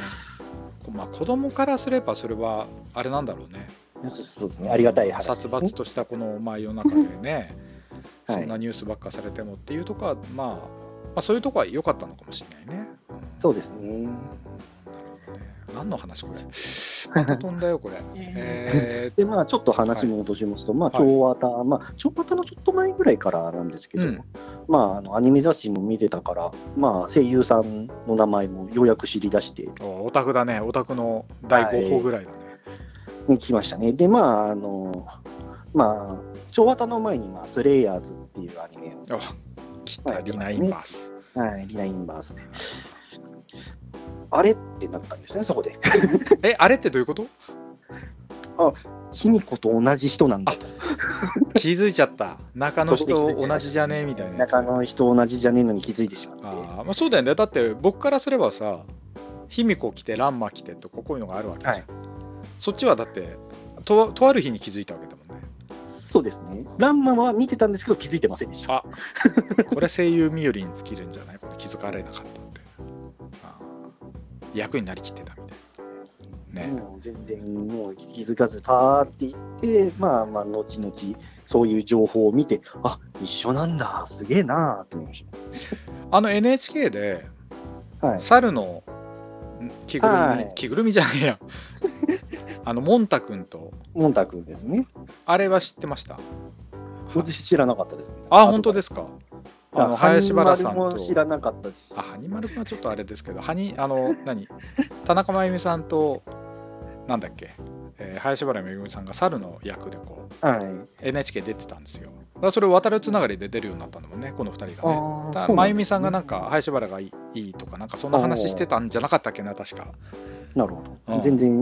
まあ、子供からすればそれはあれなんだろうねそうそうですねありがたい話です殺ね伐としたこの、まあ、世の中でね、 はいそんなニュースばっかされてもっていうとこは、まあ、まあそういうとこは良かったのかもしれないね。うんそうですなねるほどね何の話これまた飛んだよ これ。えでまあちょっと話戻しますと、まあはい京綿、まあ京綿のちょっと前ぐらいからなんですけど、うんまああのアニメ雑誌も見てたから、まあ声優さんの名前もようやく知り出してー、おオタクだねオタクの大候補ぐらいだね。きましたね。でまああのまあ京綿の前にまあスレイヤーズっていうアニメをあ来たリナインバース。はい、リナインバースで。あれってなったんですね、そこで。えあれってどういうこと卑弥呼と同じ人なんだと。気づいちゃった中の人同じじゃねえみたいなやつ。中の人同じじゃねえのに気づいてしまって。あーまあ、そうだよねだって僕からすればさ卑弥呼来て乱馬来てとかこういうのがあるわけじゃん、はいそっちはだってととある日に気づいたわけだもんねそうですね。ランマは見てたんですけど気づいてませんでした。あこれ声優みよりに尽きるんじゃないこれ気づかれなかったってあー役になりきってたみたいなね、もう全然もう気づかず、パーって行って、まあまあ、後々、そういう情報を見て、あ一緒なんだ、すげえなーって思いましあの NHK でた。はい。猿のん着ぐるみ、はい着ぐるみじゃねえや あのもんたくんとモンタ君ですね。あれは知ってました私知らなかったですね。あ本当ですかあの林原さんハニマルとも知らなかったです。あ、ハニマル君はちょっとあれですけど、ハニ、あの、何田中真由美さんと、なんだっけ、えー林原めぐみさんが猿の役でこう、はい。 NHK 出てたんですよ。だからそれを渡るつながりで出るようになったんだもんね、この2人がね。あーたそうなんですね真由美さんがなんか、林原がいいいいとか、なんかそんな話してたんじゃなかったっけな、確か。なるほうんど。全然、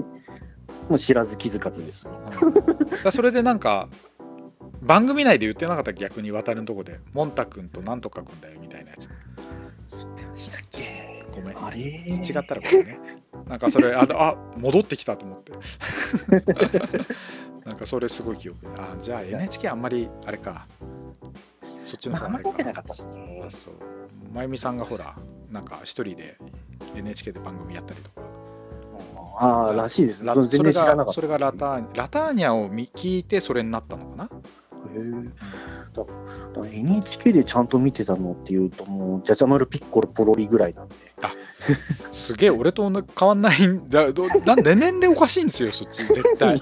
もう知らず気づかずです。うんだからそれでなんか、番組内で言ってなかった逆に渡るのとこで、もんたくんとなんとかくんだよみたいなやつ。したっけごめん。あれ違ったらこれねなんかそれあのあ戻ってきたと思って なんかそれすごい記憶にあじゃあ NHK あんまりあれかそっちのまあ、方あんまりあ見てれなかかったですねあ。そうまゆみさんがほらなんか一人で NHK で番組やったりとかああ、らしいですね。ラそ全然れ知らなかがった。それがラターニャラターニャを見聞いてそれになったのかなへーだだから NHK でちゃんと見てたのっていうと、もう、じゃじゃ丸ピッコロポロリぐら いなんで。すげえ俺と変わんないんだどなんで年齢おかしいんですよそっち絶 対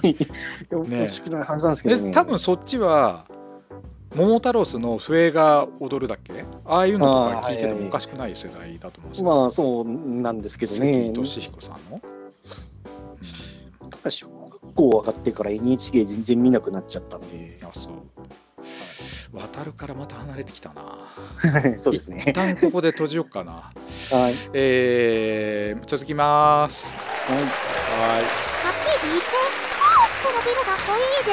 よろしくないはずなんですけでどね。多分そっちは「桃太郎」の笛が踊るだっけああいうのとか聞いててあーはいはいはもいおかしくない世代だと思うんですよ、まあ、そうなんですけど関ね。俊彦さんの、ただ小学校上がってから NHK 全然見なくなっちゃったんでうん、あそう渡るからまた離れてきたなそうです一ね。旦ここで閉じようかな はい。えー、続きますはいはいパッケージ一本このビルかっこいいぜ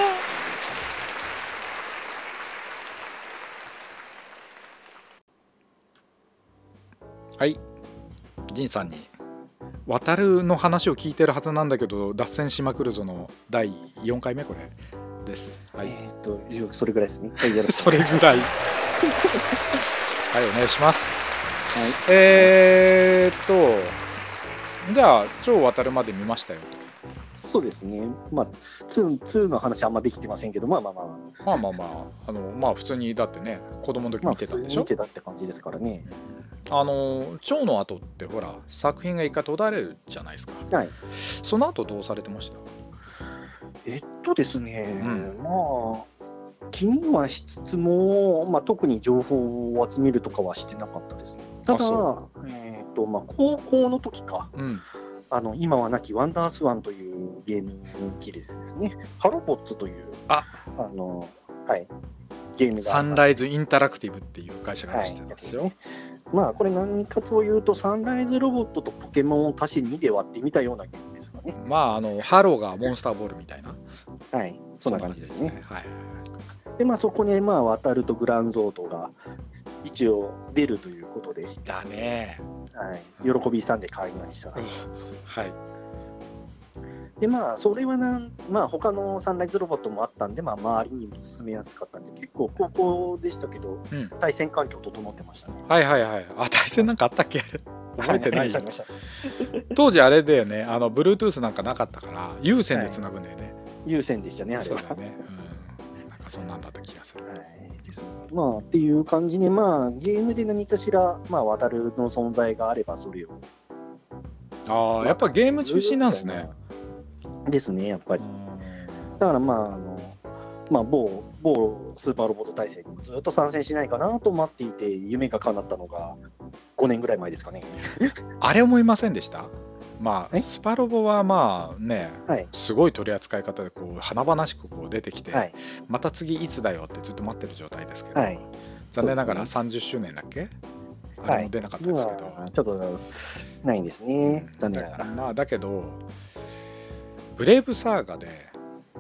はい、仁さんに「渡る」の話を聞いてるはずなんだけど脱線しまくるぞの第4回目これです。はい、えーっと、それぐらいですね。はい、 よろしくそれぐらい。はい、お願いします。はいえー、っと、じゃあ、超渡るまで見ましたよそうですね、まあ、2, 2の話あんまできてませんけど、まあまあまあまあ、と。まあまあまあ、あのまあ、普通にだってね、子供の時まあ、見てたんでし普通に見ょ。てたって感じですからね。あの、蝶の後ってほら、作品が一回途絶えるじゃないですか。はい、その後どうされてましたえっとですね、んまあ、気にはしつつも、まあ、特に情報を集めるとかはしてなかったですね。たあそだ、えっとまあ、高校の時か、うん。あの今はなきワンダースワンというゲーム機ですね、ハロボットという、ああのはい、ゲームが。サンライズインタラクティブっていう会社がは出いしてたんですよ。まあこれ何かつを言うとサンライズロボットとポケモンを足し2で割ってみたようなゲームですかね。まああのハローがモンスターボールみたいなはい、そんな感じですね。そんな感じですねでまあそこにまあ渡るとグランゾートが一応出るということではい、いたねはい、喜びさんで買いました。はいでまあそれはなん、まあ、他のサンライズロボットもあったんで、まあ、周りにも進めやすかったんで結構高校でしたけど、うん対戦環境整ってましたね。はいはいはいあ対戦なんかあったっけ覚えてないはありました当時あれだよねあの Bluetooth なんかなかったから有線でつなぐんだよね、優先でしたねあれそうは。だよね、うん、なんかそんなんだった気がするはいですねまあ、っていう感じで、まあ、ゲームで何かしら、まあ、渡るの存在があればそれを。ああやっぱゲーム中心なんですね。ですね、やっぱりう。んだから、まああのまあ、某某スーパーロボット大戦にもずっと参戦しないかなと待っていて、夢が叶ったのが5年ぐらい前ですかね。あれ思いませんでしたまあえスパロボはまあねはい、すごい取り扱い方でこう華々しくこう出てきて、はい、また次いつだよってずっと待ってる状態ですけど、はい残念ながらそ30周年だっけ、はいあれも出なかったですけど、今ちょっとないんですね、残念ながら。まあだけどブレイブサーガで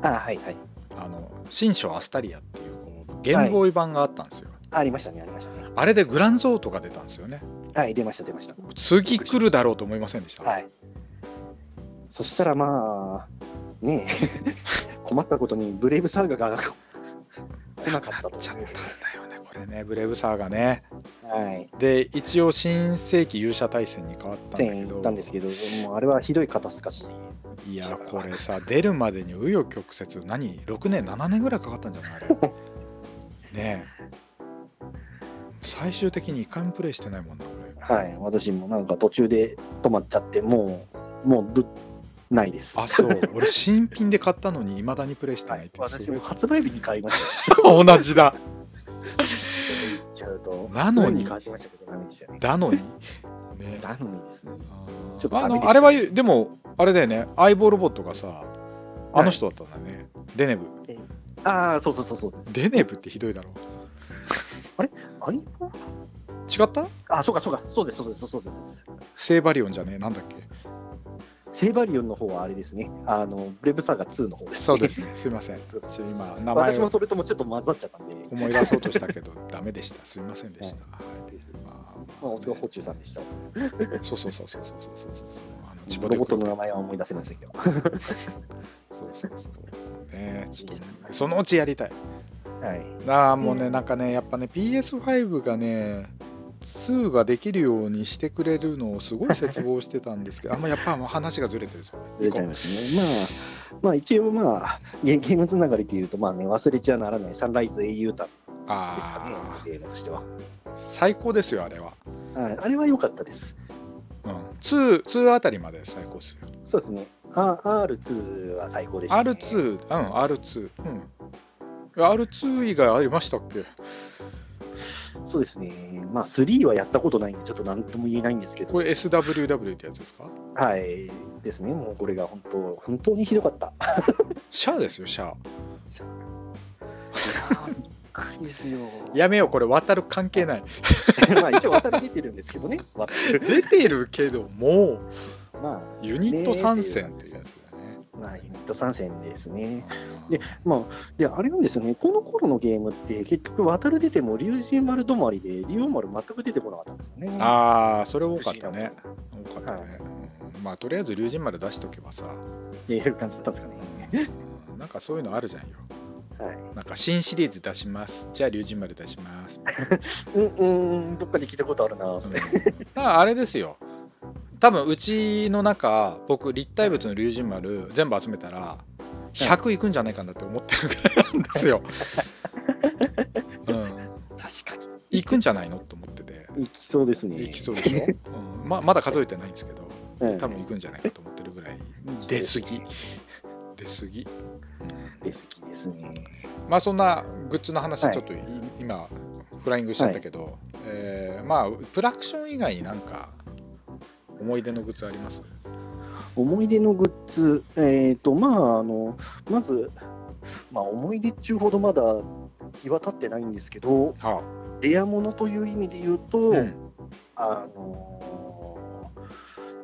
あはいはい。あの新章アスタリアっていうこうゲームボーイ版があったんですよ、ありましたね、ありましたね。あれでグランゾートが出たんですよねはい、出ました、出ました。次来るだろうと思いませんでした、はい。そしたらまあ、ねえ、 困ったことにブレイブサーガが 来ななかくっなたっとちゃったんいだう。よねこれねブレイブサーガねはい。で一応新世紀勇者大戦に変わったんだ戦け行どったんですけど、もうあれはひどい肩透かし。いやこれさ出るまでに紆余曲折何6年7年ぐらいかかったんじゃ ないあれねえ最終的に一回もプレイしてないもんな俺はい。私もなんか途中で止まっちゃって、もう、もうぶないです。あそう俺新品で買ったのにいまだにプレイしてはないっい、てす私ごもい発売日に買いました。同じだ言っちゃうと。なのに運買ってましたけど、ダメでしたね。だのにねなのにですね。あちょーっとあダメでしのたあれはでもあれだよね相棒ロボットがさあの人だったんだよね、デネブああ、そうそうそうそうです。デネブってひどいだろあい違ったあ、そうかそうか、そうです、そうです、そうです。セーバリオンじゃねえなんだっけセイバリオンの方はあれですね、あのブレイブサーガ2の方です、ね。そうで。す ねすいませんちょ今名前私をもそれともちょっと混ざっちゃったんで、ま思い出そうとしたけどダメでしたすいませんでした、はいまあ、お疲れね補充さんでした。そうそうそうそうそうそうそうそうあの千葉ロでボットの名前は思い出せませんけど。そうそうそうねちょっとそのうちやりたいはい。ああもうね、うんなんかねやっぱね PS5 がね2ができるようにしてくれるのをすごい絶望してたんですけどあんまやっぱもう話がずれてるぞ出ちゃいますね。まあ、まあ、一応まあ、ゲゲームつながりというと、まあね、忘れちゃならないサンライズ英雄譚ですかあね、ゲームとしては。あ最高ですよあれは、はい、あれは良かったです。うん、2, 2あたりまで最高ですよそうですね。あ R2 は最高でした、ね。 R2 うん R2 うんいや R2 以外ありましたっけそうですね。まあ、3はやったことないんで、ちょっと何とも言えないんですけどこ。れ SWW ってやつですかはい、ですね、もうこれが本当、本当にひどかった。シャアですよシャアびっ くりですよ。やめようこれ渡る関係ない まあ一応、渡り出てるんですけどね、渡る出てるけどもうまユニット参戦っていうやつだねあ、まあ、ユニット参戦ですね。うんまあ、で、あれなんですよね、この頃のゲームって、結局、渡る出ても、竜神丸止まりで、竜王丸全く出てこなかったんですよね。ああそれ多かったね多かったね、はいうんまあとりあえず龍神丸出しとけばさ、っていう感じだったんですかね。うんなんかそういうのあるじゃんよはい。なんか新シリーズ出しますじゃあ龍神丸出します、 うん、うん、どっかで聞いたことあるな、うそんれ。まああれですよ多分うちの中僕立体物の龍神丸全部集めたら100いくんじゃないかなって思ってるぐらいなんですよ、うん、確か行くんじゃないのと思っててに。いきそうですね。行きそうでしょ、うん、ままだ数えてないんですけどうん多分行くんじゃないかと思ってるぐらい出過ぎ出過ぎ出過ぎですね。まあそんなグッズの話はいちょっとい、今フライングしちゃったけど、えーまあプラクション以外になんか思い出のグッズあります思い出のグッズ、えーとまあ、あのまず、まあ、思い出っちゅうほどまだ日は経ってないんですけど、はレアものという意味で言うと、あ、うんあの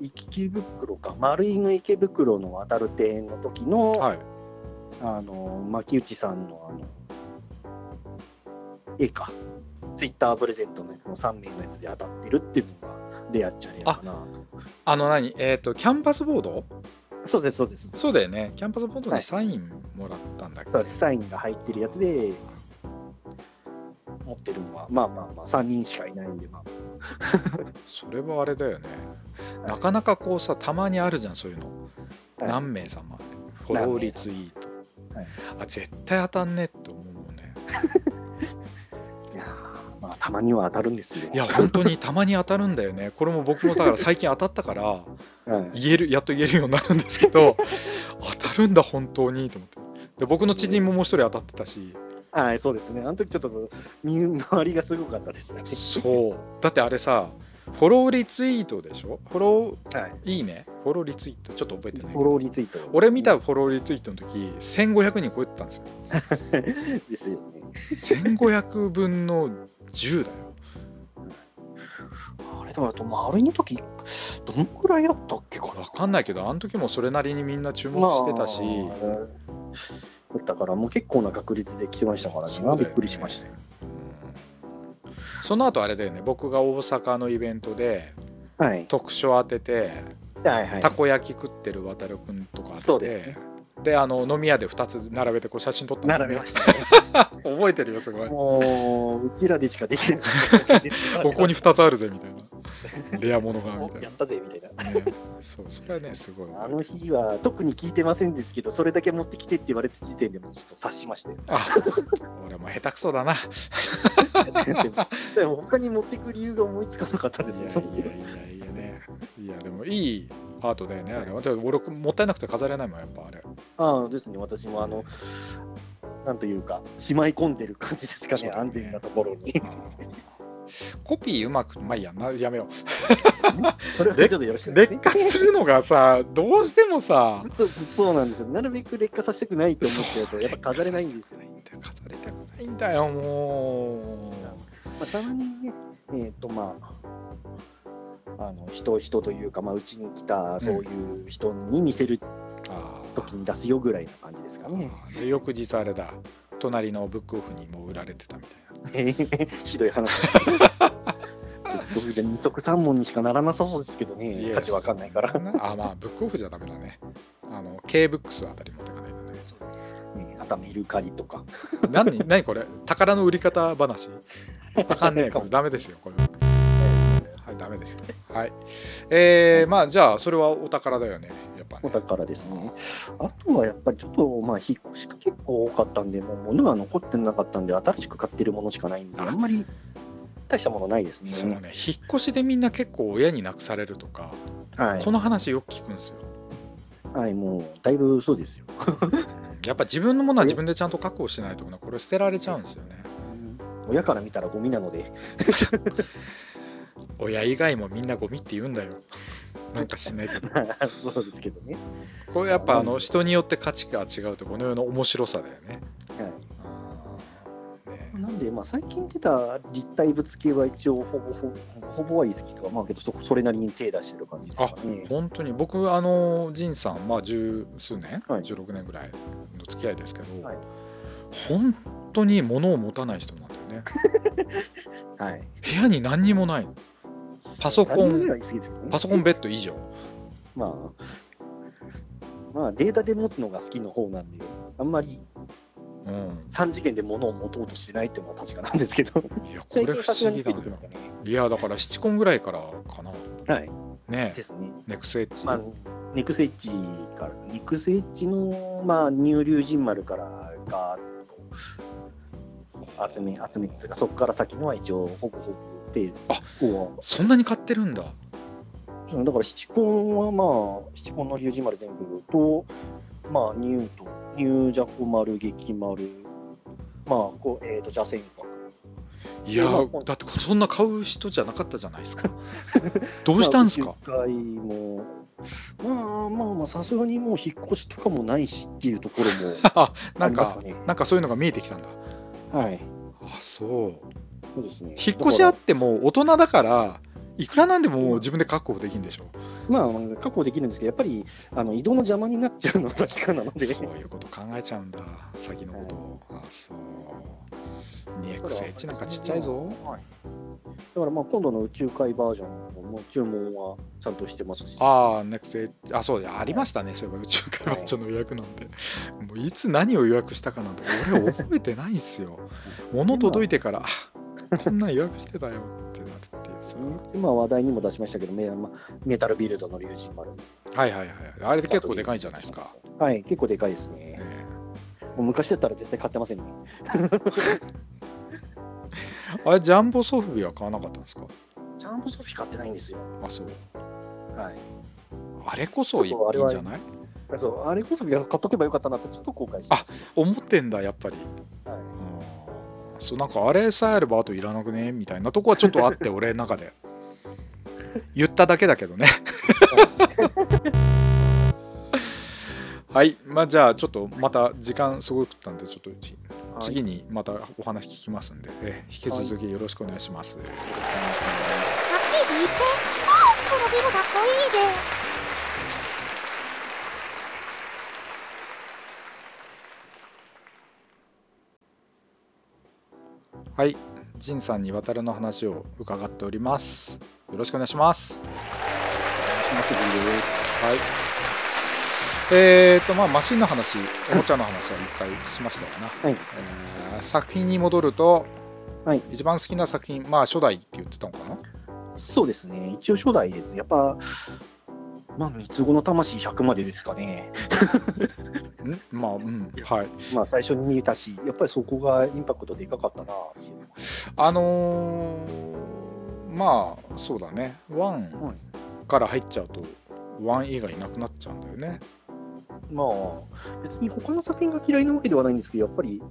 ー池袋か、丸井の池袋の渡る庭園の時の、はいあのー牧内さんのあの絵か、ツイッタープレゼントのやつの3名のやつで当たってるっていうのが、レアっちゃレアかな。あの何えっ、とキャンパスボードそうです、そうです。そうだよねキャンパスボードはにいサインもらったんだっけ、そうですサインが入ってるやつで、持ってるのは、まあまあまあ、3人しかいないんで、まあ、それはあれだよねなかなかこうさたまにあるじゃんそういうの、はい何名様フォローリツイート、はいあ絶対当たんねえって思うもんねいやーまあ、たまには当たるんですよ。いや本当にたまに当たるんだよねこれも僕もだから最近当たったからはい言えるやっと言えるようになるんですけ ど当たるんだ本当にと思ってで僕の知人ももう一人当たってたしはい、そうですね。あの時ちょっと身 周りがすごかったですね。そうだってあれさフォローリツイートでしょフォロはい。ーいいねフォローリツイートちょっと覚えてないけフォどローリツイート。俺見たフォローリツイートの時1500人超えてたんですよですよね。 1500分の10だよあれでもあと丸いの時どんくらいあったっけかな。分かんないけどあの時もそれなりにみんな注目してたし、まあだからもう結構な確率で来てましたからね。そうだよねびっくりしましたよ。その後あれだよね僕が大阪のイベントではい。特賞当ててはいはいた。こ焼き食ってる渡るくんとかそ当うてて、ですねであの飲み屋で2つ並べてこう写真撮ったの並べました、ね。覚えてるよすごいもう、うちらでしかできない。 ここに2つあるぜみたいなレアものがみおたいやったぜみたいな。な、ね、そうそれはねすごいあの日は特に聞いてませんですけど、それだけ持ってきてって言われた時点でもうちょっと察し ましたよ。あ俺も下手くそだないでも他に持ってく理由が思いつかなかったやですいねや。いやいやねいやでもいいアートだよねあれは俺もったいなくて飾れないもんやっぱあれああですね、私もあの、なんというか、しまい込んでる感じですかそうね、だね安全なところ に。コピーうまくまあいいやなやめよそれはちょっとよろしうく劣化するのがさどうしてもさそうそうなんですよ。なるべく劣化させたくないと思ってると、やっぱ飾れないんで すよ。飾りたくないんだよもまあ、たまにね、えっ、と、まあ、あの人人というか、まあ、うちに来たそういう人に見せるうあーときに出すよぐらいの感じです かね。あーで翌日あれだ隣のブックオフにも売られてたみたいなひどい話。 僕じゃ二足三問にしかならなさそうですけどね、 Yes 価値わかんないから。あまあブックオフじゃダメだねあの K ブックスあたり持ってかないとねね、あとはメルカリとか。何何これ宝の売り方話あかんねえこれダメですよこれははいダメですよはいえー、まあじゃあそれはお宝だよねやっぱおね宝ですね。あとはやっぱりちょっと、まあ、引っ越しが結構多かったんで、もう物が残ってなかったんで、新しく買ってるものしかないんで、ああんまり大したものないですね。そのね引っ越しでみんな結構親になくされるとか、はこの話よく聞くんですよい、はい、もうだいぶそうですよ。やっぱ自分のものは自分でちゃんと確保しないとねこれ捨てられちゃうんですよね親から見たらゴミなので、 親以外もみんなゴミって言うんだよ なんかしないけどそうですけどね。これやっぱあの人によって価値が違うとこの世の面白さだよねはいうんねなんで、まあ、最近出た立体物系は一応ほぼほぼほぼはいい好きとか、まあ、けどそそれなりに手出してる感じですかね。本当に僕あの仁さんまあ十数年、はい16年ぐらいの付き合いですけど、はい本当に物を持たない人なんだよねはい、部屋に何にもないのパソコ何人ぐらンい好きですかねパソコンベッド以上まあ、まあ、データで持つのが好きの方なんで、あんまりうん3次元で物を持とうとしないっていうのは確かなんですけど、いやこ最れ近不さすが思に議増だえてきまよしたね。いやだから7コンぐらいからかなはい、ねですね。ネクスエッジ、まあ、ネクスエッジから、ネクスエッジの、まあ、乳竜神丸からが集め、集めですが、そこから先のは一応、ほぼほぼで、あこうそんなに買ってるんだそうだから七根はまあ、七根の龍神丸全部と、まあ、ニュート、ニュージャコ丸、激丸、まあ、こう、えっ、と、邪戦閣。いやまあだってそんな買う人じゃなかったじゃないです かどうしたんですか、まあ、宇宙海も、まあまあまあ、さすがにもう引っ越しとかもないしっていうところもああなんりますかかね。なんかそういうのが見えてきたんだはい。あそうそうですね。引っ越しあっても大人だからいくらなんでも自分で確保できるんでしょまあ、確保できるんですけど、やっぱりあの移動の邪魔になっちゃうのが確かなので、そういうこと考えちゃうんだ先のことを、あそう 2XH なんかちっちゃいぞはい、だからまあ今度の宇宙海バージョンも注文はちゃんとしてますし、ああ NEXH あそうだありましたねそういえば宇宙会バージョンの予約なんてもういつ何を予約したかなんて俺覚えてないんす よ物届いてからあこんなん予約してたよってなるっていうさ今話題にも出しましたけど、メまあメタルビルドの竜神丸。はいはいはいあれ結構でかいんじゃないですか、。はい、結構でかいですね。ねもう昔だったら絶対買ってませんね。あれジャンボソフビは買わなかったんですかジャンボソフィー買ってないんですよ。あそうはい。あれこそ一品じゃないそう、あれこそ買っとけばよかったなってちょっと後悔してます。思ってんだやっぱりはいうんそうなんかあれさえあればあといらなくねみたいなとこはちょっとあって 俺の中で言っただけだけどねはいまあじゃあちょっとまた時間すごくったんでちょっとじはい次にまたお話聞きますんで、え引き続きよろしくお願いします、パッケージ一本あーこのビルかっこいいぜはい、ジンさんに渡るの話を伺っております。よろしくお願いします。はい。えっ、とまあマシンの話、おもちゃの話は一回しましたよな。はいえー作品に戻ると、はい一番好きな作品、まあ初代って言ってたのかな。そうですね、一応初代です。やっぱ、まあ、三つ子の魂100までですかね。ん、まあうん、はい。まあ、最初に見たし、やっぱりそこがインパクトでかかったなっていう。あのーまあそうだね、ワンから入っちゃうと。ワン以外なくなっちゃうんだよね。まあ、別に他の作品が嫌いなわけではないんですけど、やっぱり、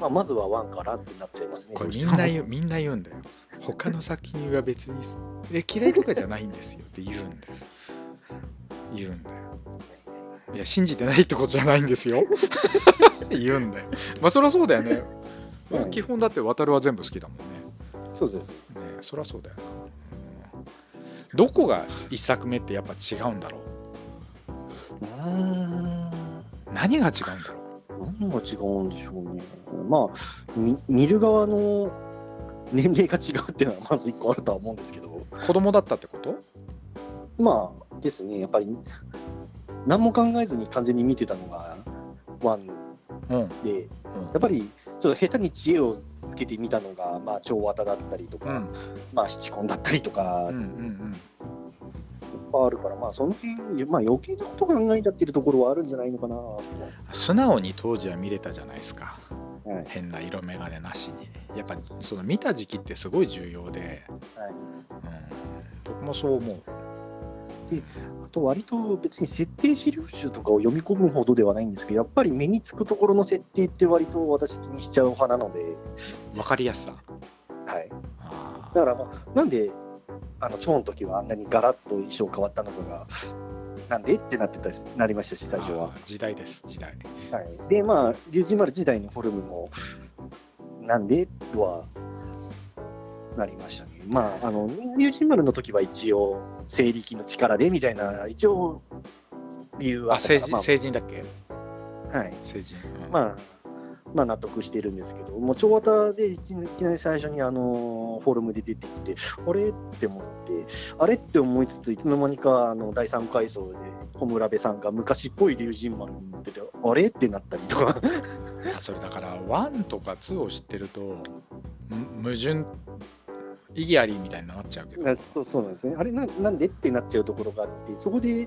まあ、まずはワンからってなっちゃいますね。これどうみしんてもな言うみんな言うんだよ他の作品は別にえ嫌いとかじゃないんですよって言うんだよ言うんだよいや信じてないってことじゃないんですよ 言うんだよまあそりゃそうだよね、うん基本だって渡るは全部好きだもんそうです。ねねそりゃそうだよな、うんどこが一作目ってやっぱ違うんだろうーん。う何が違うんだろう何が違うんでしょうね。まあ、み見る側の年齢が違うっていうのはまず一個あるとは思うんですけど、子供だったってことまあですね、やっぱり何も考えずに完全に見てたのがワンうん、うん、で、やっぱりちょっと下手に知恵をつけてみたのが、まあ、超綿だったりとか、うんまあ、七根だったりとか、うんういっんぱいあるから、まあ、その辺、まあ、余計なこと考えちゃってるところはあるんじゃないのかなと素直に当時は見れたじゃないですかはい変な色眼鏡なしにやっぱその見た時期ってすごい重要で、はい、うん、僕もそう思うあと割と別に設定資料集とかを読み込むほどではないんですけど、やっぱり目につくところの設定って割と私気にしちゃう派なので、分かりやすさはい、あだから、まあ、なんで、あの、チョーの時はあんなにガラッと衣装変わったのかが、なんでってなってたしなりましたし、最初は。あー時代です時代はい、で、まあ、竜神丸時代のフォルムも、なんでとはなりましたね。まあ、あの竜神丸の時は一応、西力の力でみたいな、一応、理由はあったから成人成人だっけまあはい成人、うんまあ、まあ、納得してるんですけど、もう、長綿でいきなり最初に、あのフォルムで出てきて、あれって思って、あれって思いつつ、いつの間にか、あの第3階層で小村部さんが昔っぽい竜神丸に乗ってて、あれってなったりとか。あそれだから1とか2を知ってるとむ矛盾意義ありみたいになっちゃうけどあそうそうなんですね、あれな、なんでってなっちゃうところがあって、そこで、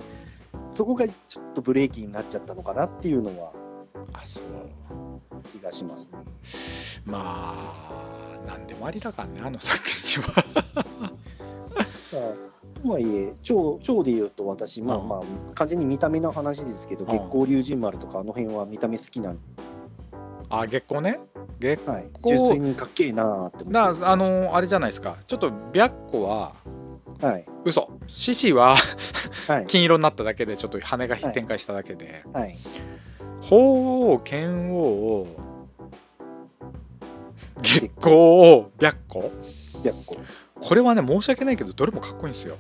そこがちょっとブレーキになっちゃったのかなっていうのはあそう気がしますね。まあ何でもありだからねあの作品は まあとはいえ、蝶蝶で言うと、私、まあうんまあ、完全に見た目の話ですけど、うん月光龍神丸とか、あの辺は見た目好きなんで、あ月光ね月はい、光純粋にかっけえなーって思ってだからあ、のあれじゃないですかちょっと白虎ははい、嘘獅子ははい、金色になっただけでちょっと羽が展開しただけで、はい、鳳凰剣王を月光を白虎白光。これはね申し訳ないけどどれもかっこいいんで すよ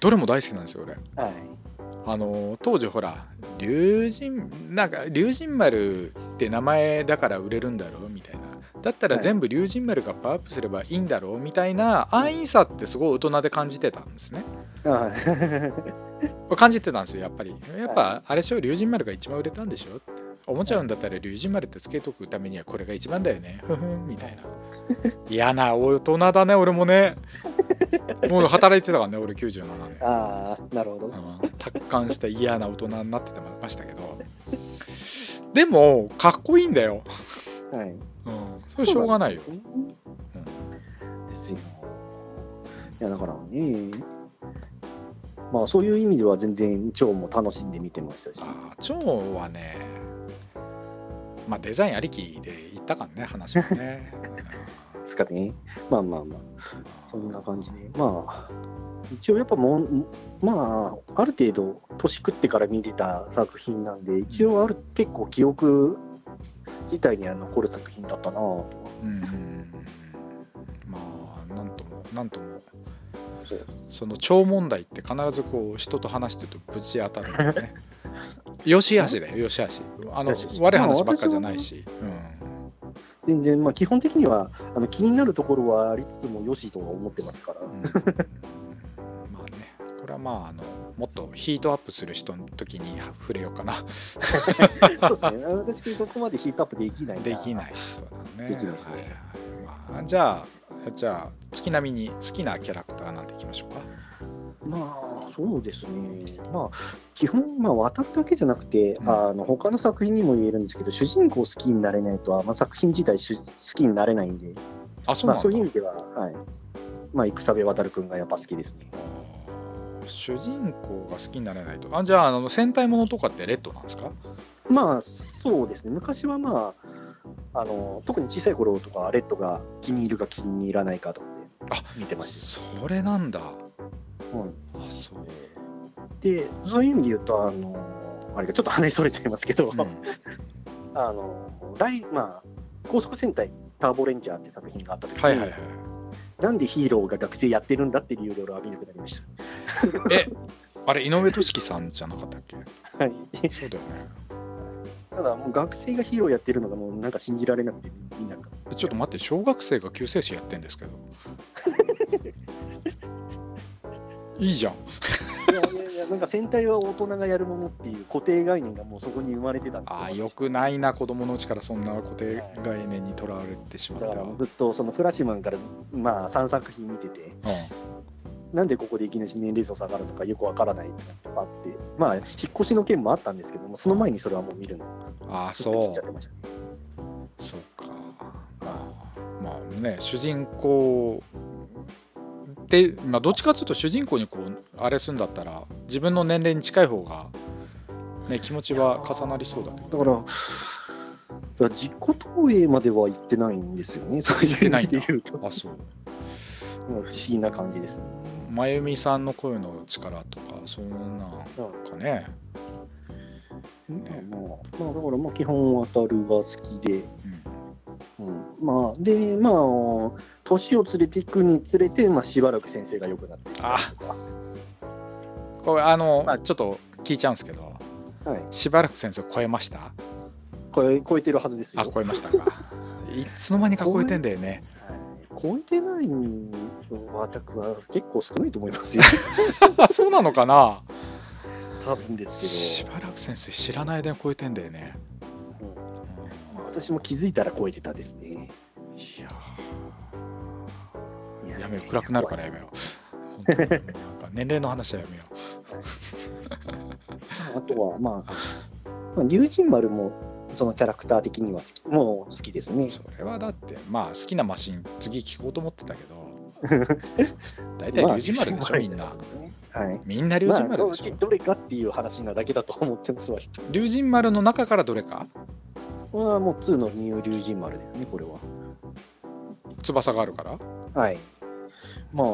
どれも大好きなんですよ俺はい。あの当時ほら龍神なんか龍神丸って名前だから売れるんだろうみたいなだったらはい全部龍神丸がパワーアップすればいいんだろうみたいな安易さってすごい大人で感じてたんですねはい。感じてたんですよやっぱりやっぱあれでしょ龍神丸が一番売れたんでしょおもちゃうんだったら龍神丸ってつけとくためにはこれが一番だよねふふんみたい な嫌な大人だね俺もねもう働いてたからね俺97年 ああ、なるほど。うん達観した嫌な大人になっててましたけどでもかっこいいんだよ、はい。うん、それしょうがないよそうなんですよね。ですよ。いや、だからね、まあそういう意味では全然蝶も楽しんで見てましたし、あー蝶はねまあデザインありきで言ったからね話も ね、ですかね。まあまあまあ、うんそんな感じで。まあ、一応やっぱもう、まあ、ある程度、年食ってから見てた作品なんで、一応ある、結構記憶自体には残る作品だったなぁとは。うんうんうんうんまあなんともなんともそうその超問題って必ずこう人と話してるとぶち当たるんだよ ねよしあしだよよしあしあのよしあし悪い話ばっかじゃないし、全然、まあ基本的には、あの気になるところはありつつも、よしとは思ってますから。うんうんまあねこれはまああのもっとヒートアップする人の時に触れようかなそうですね。私、そこまでヒートアップできないできい。ない人だねできないですねはいまあ、じゃあじゃあ月並みに好きなキャラクターなんていきましょうかまあ、そうですね。まあ、基本、まあ、渡るだけじゃなくて、うんあの他の作品にも言えるんですけど、主人公好きになれないとは、まあ、作品自体主好きになれないんで、あそうまあ、なんそだ、ういう意味では、はい。まあ、戦部渡るくんがやっぱ好きですね。主人公が好きになれないとあじゃああの戦隊ものとかってレッドなんですかまあ、そうですね。昔はまあ、あの特に小さい頃とか、レッドが気に入るか気に入らないかとかあで見てましそれなんだたよ。うんあそう、で、そういう意味で言うと、あの、あれがちょっと話それちゃいますけど、うんあの来まあ、高速戦隊ターボレンジャーって作品があった時に、はいはいはいなんでヒーローが学生やってるんだっていう理由で俺は見なくなりましえあれ井上俊樹さんじゃなかったっけた。はい、そうだよねただ、もう学生がヒーローやってるのがもうなんか信じられなくてみんながえちょっと待って小学生が救世主やってんですけ どいいじゃんいやいやいやなんか戦隊は大人がやるものっていう固定概念がもうそこに生まれてたんですあーよくないな子供のうちからそんな固定概念にとらわれてしまっだかたらわうんずっとそのフラッシュマンからず、まあ、3作品見てて、なんでここでいきなり年齢層下がるのかよくわからないってなってあって、まあ、引っ越しの件もあったんですけども、その前にそれはもう見るの、ああちょっと切そっちゃってましたね。うそうかまあね主人公で、まあ、どっちかというと主人公にこうあれするんだったら自分の年齢に近い方が、ね、気持ちは重なりそうだけどだから、だから自己投影までは行ってないんですよね、そういうて意ない味んだで言うと、あそうもう不思議な感じですね。真由美さんの声の力とかそんなんかねまあ、まあ、だから、まあ、基本、渡るが好きで、うんうん、まあ、で、まあ、年を連れていくにつれて、まあ、しばらく先生が良くなっていくとか、これあの、まあちょっと聞いちゃうんですけどはい、しばらく先生超えました超え超えてるはずですよ。あ超えましたか いつの間にか超えてんだよねはい超えてないの私は結構少ないと思 いますよ、あそうなのかな多分ですしけどばらく先生知らない間に超えてんだよね、うんうんまあ私も気づいたら超えてたですね。いやいーややめよう暗くなるからやめよう本当になんか年齢の話はやめようあとは、まあ、まあ龍神丸も、そのキャラクター的には好き、もう好きですね。それはだってまあ好きなマシン次聞こうと思ってたけ ど大体まあ龍神丸でしょみんな。はい。みんな龍ま神あ、丸どでうしょどれかっていう話なだけだと思ってますわ、人龍神丸の中からどれかまあ、もう2のニュー龍神丸ですね、これは。翼があるからはい。ま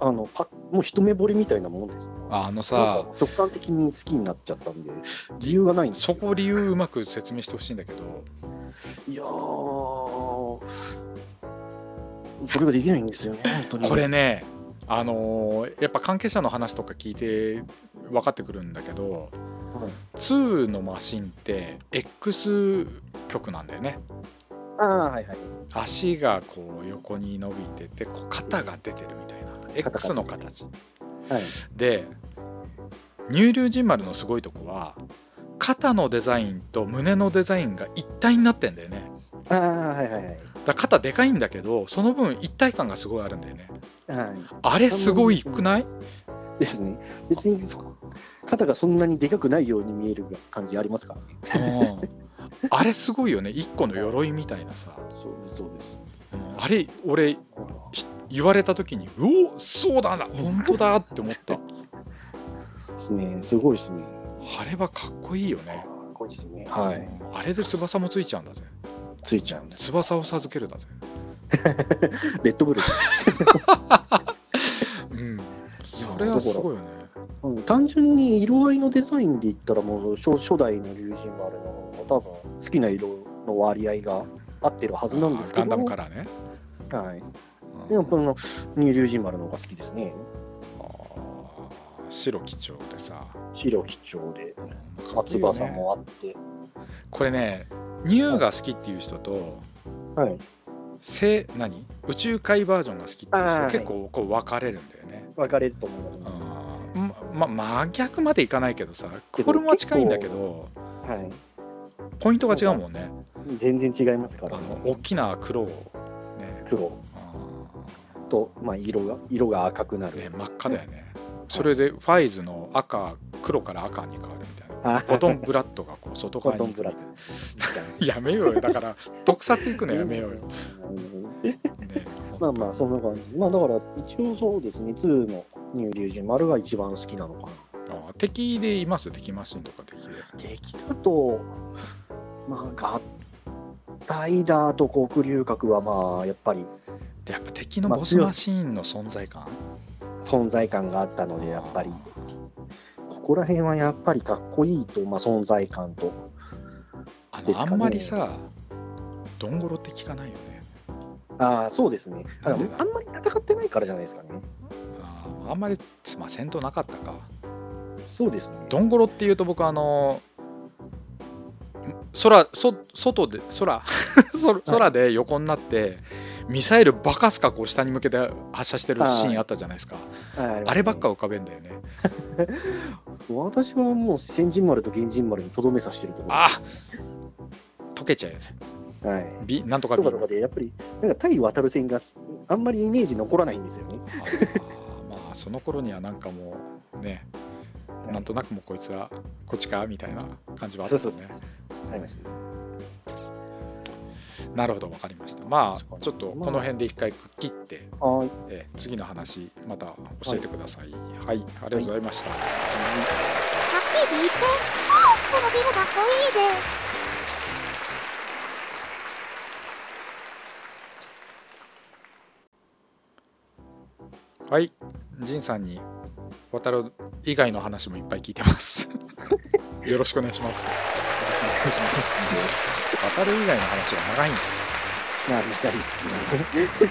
あ、あの、パッもう一目惚れみたいなもんですね。ああのなんさか直感的に好きになっちゃったんで、理由がないんですそよ。こ理由うまく説明してほしいんだけどいやー、それができないんですよね、本当に。これねあのーやっぱ関係者の話とか聞いて分かってくるんだけどはい2のマシンって X 極なんだよねああ、はいはい。足がこう横に伸びててこう肩が出てるみたいな X の形はい、で乳竜神丸のすごいとこは肩のデザインと胸のデザインが一体になってんだよねああ、はいはいはい。だから肩でかいんだけどその分一体感がすごいあるんだよねはあれすごいくないい、ですね。別にそこ肩がそんなにでかくないように見える感じありますからね。うんあれすごいよね一個の鎧みたいなさ、そうです、そうです。うんあれ俺し言われた時に「うおそうだな本当だ!」って思ったですね、すごいですね。あれはかっこいいよね、かっこいいですね。はい。うんあれで翼もついちゃうんだぜついちゃうんです。翼を授けるだぜレッドブルです。うんそれはすごいよねうん単純に色合いのデザインで言ったらもう初初代の龍神丸の多分好きな色の割合が合ってるはずなんですけガどンダムカラーね、はい、でうもんこの乳龍神丸の方が好きですねあー白基調でさ白基調でうんかっこい松いよ葉ねさんもあって、これねニューが好きっていう人とはい、せ何宇宙海バージョンが好きっていうあー人はい結構こう分かれるんだよね、分かれると思いまうす、んまま真逆までいかないけどさフォルムは近いんだけどはい、ポイントが違うもんね全然違いますかあら、ね、の大きな黒をね黒あと、まあ、色が色が赤くなーねる、真っ赤だよ ねそれでファイズの赤黒から赤に変わるみたいなあボトンブラッドがこう外コ側トにン行くブみたラいなッドやめようよだから特撮行くのやめようよ、うんね、 まあまあそんな感じまあだから一応そうですね2の乳龍神丸が一番好きなのかなあ敵でいます敵マシンとか敵で敵だと、まあ、合体だと黒龍角は、まあ、やっぱりでやっぱ敵のボスマシーンの存在感存在感があったので、やっぱり、ここら辺はやっぱりかっこいいと、まあ、存在感と、あですのかあねんまりさドンゴロって聞かないよねああ、そうですねあなんでだあんまり戦ってないからじゃないですかね。あーあんまり、まあ、戦闘なかったかそうですね。ドンゴロっていうと僕あの空そ外で空 空空で横になってミサイルバカすかこう下に向けて発射してるシーンあったじゃないですかはいあればっか。浮かべんだよねりますね私はもう、先人丸と源人丸にとどめさしてると思あ溶けちゃうやつう。はい。ビなんとかとビかとかで、やっぱり、なんか対渡る戦があんまりイメージ残らないんですよね。あーまあその頃にはなんかもうねはいなんとなくもうこいつはこっちかみたいな感じはあったそうねそうありましたね。なるほど分かりましたまそうあかちょっとこの辺で一回くっ切って、はい。えー次の話また教えてくださいはい、ありがとうございました、パッケージいっぺんあーこのビルかっこいいぜはい、ジンさんに渡る以外の話もいっぱい聞いて ます。よろしくお願いします。渡る以外の話が長いんだよまあ、見たい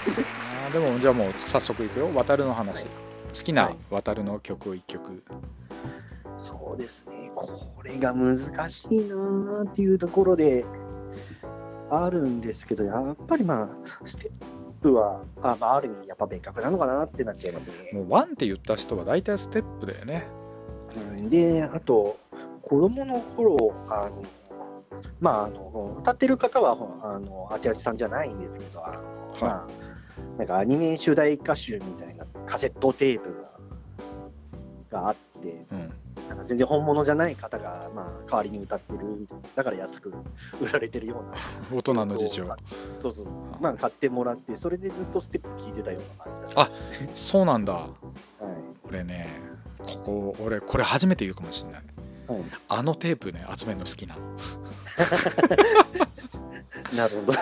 ですね。な。でもじゃあもう早速いくよ。渡るの話。はい好きなはい渡るの曲を一曲。そうですね、これが難しいなーっていうところであるんですけど、やっぱりまあ、ステップは、あまあ、ある意味、やっぱ別格なのかなってなっちゃいますね。もうワンって言った人は大体ステップだよね。うんで、あと、子供の頃あのまあ、あの歌ってる方はほらあのあちあちさんじゃないんですけど、あのはいまあ、なんかアニメ主題歌集みたいなカセットテープががあって、うん。なんか全然本物じゃない方が、まあ、代わりに歌ってる、だから安く売られてるような。大人の事情。そうそうそう。まあ、買ってもらって、それでずっとステップ聞いてたような感じだあそうなんだ。あ、はい俺ね、ここ俺これ初めて言うかもしれない。はい。あのテープね集めるの好きなの。なるほど。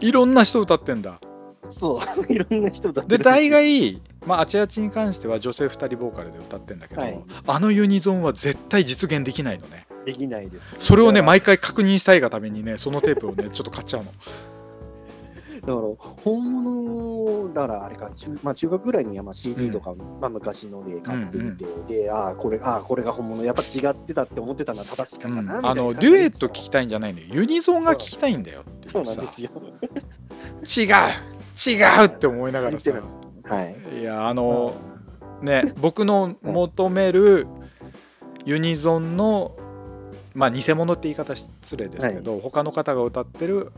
いろんな人歌ってんだ。 そう。い ろんな人だってでる。大概、まあ、あちあちに関しては女性2人ボーカルで歌ってんだけど、はいあのユニゾンは絶対実現できないのねできないです。それをねだか毎回確認したいがためにねそのテープをねちょっと買っちゃうのらだから、本物を、だからあれか、中,、まあ、中学ぐらいにはまあ CD とか、まあ、昔ので買ってみて、で、ああ、これ、ああ、これが本物、やっぱ違ってたって思ってたのは正しかうった な、みん、たいなあ感じので。デュエット聞きたいんじゃないんだよユニゾンが聞きたいんだよってそいううさなんですよ。違う違うって思いながらさ言っはい。いやあの ね僕の求めるユニゾンのまあ偽物って言い方失礼ですけど、他の方が歌ってる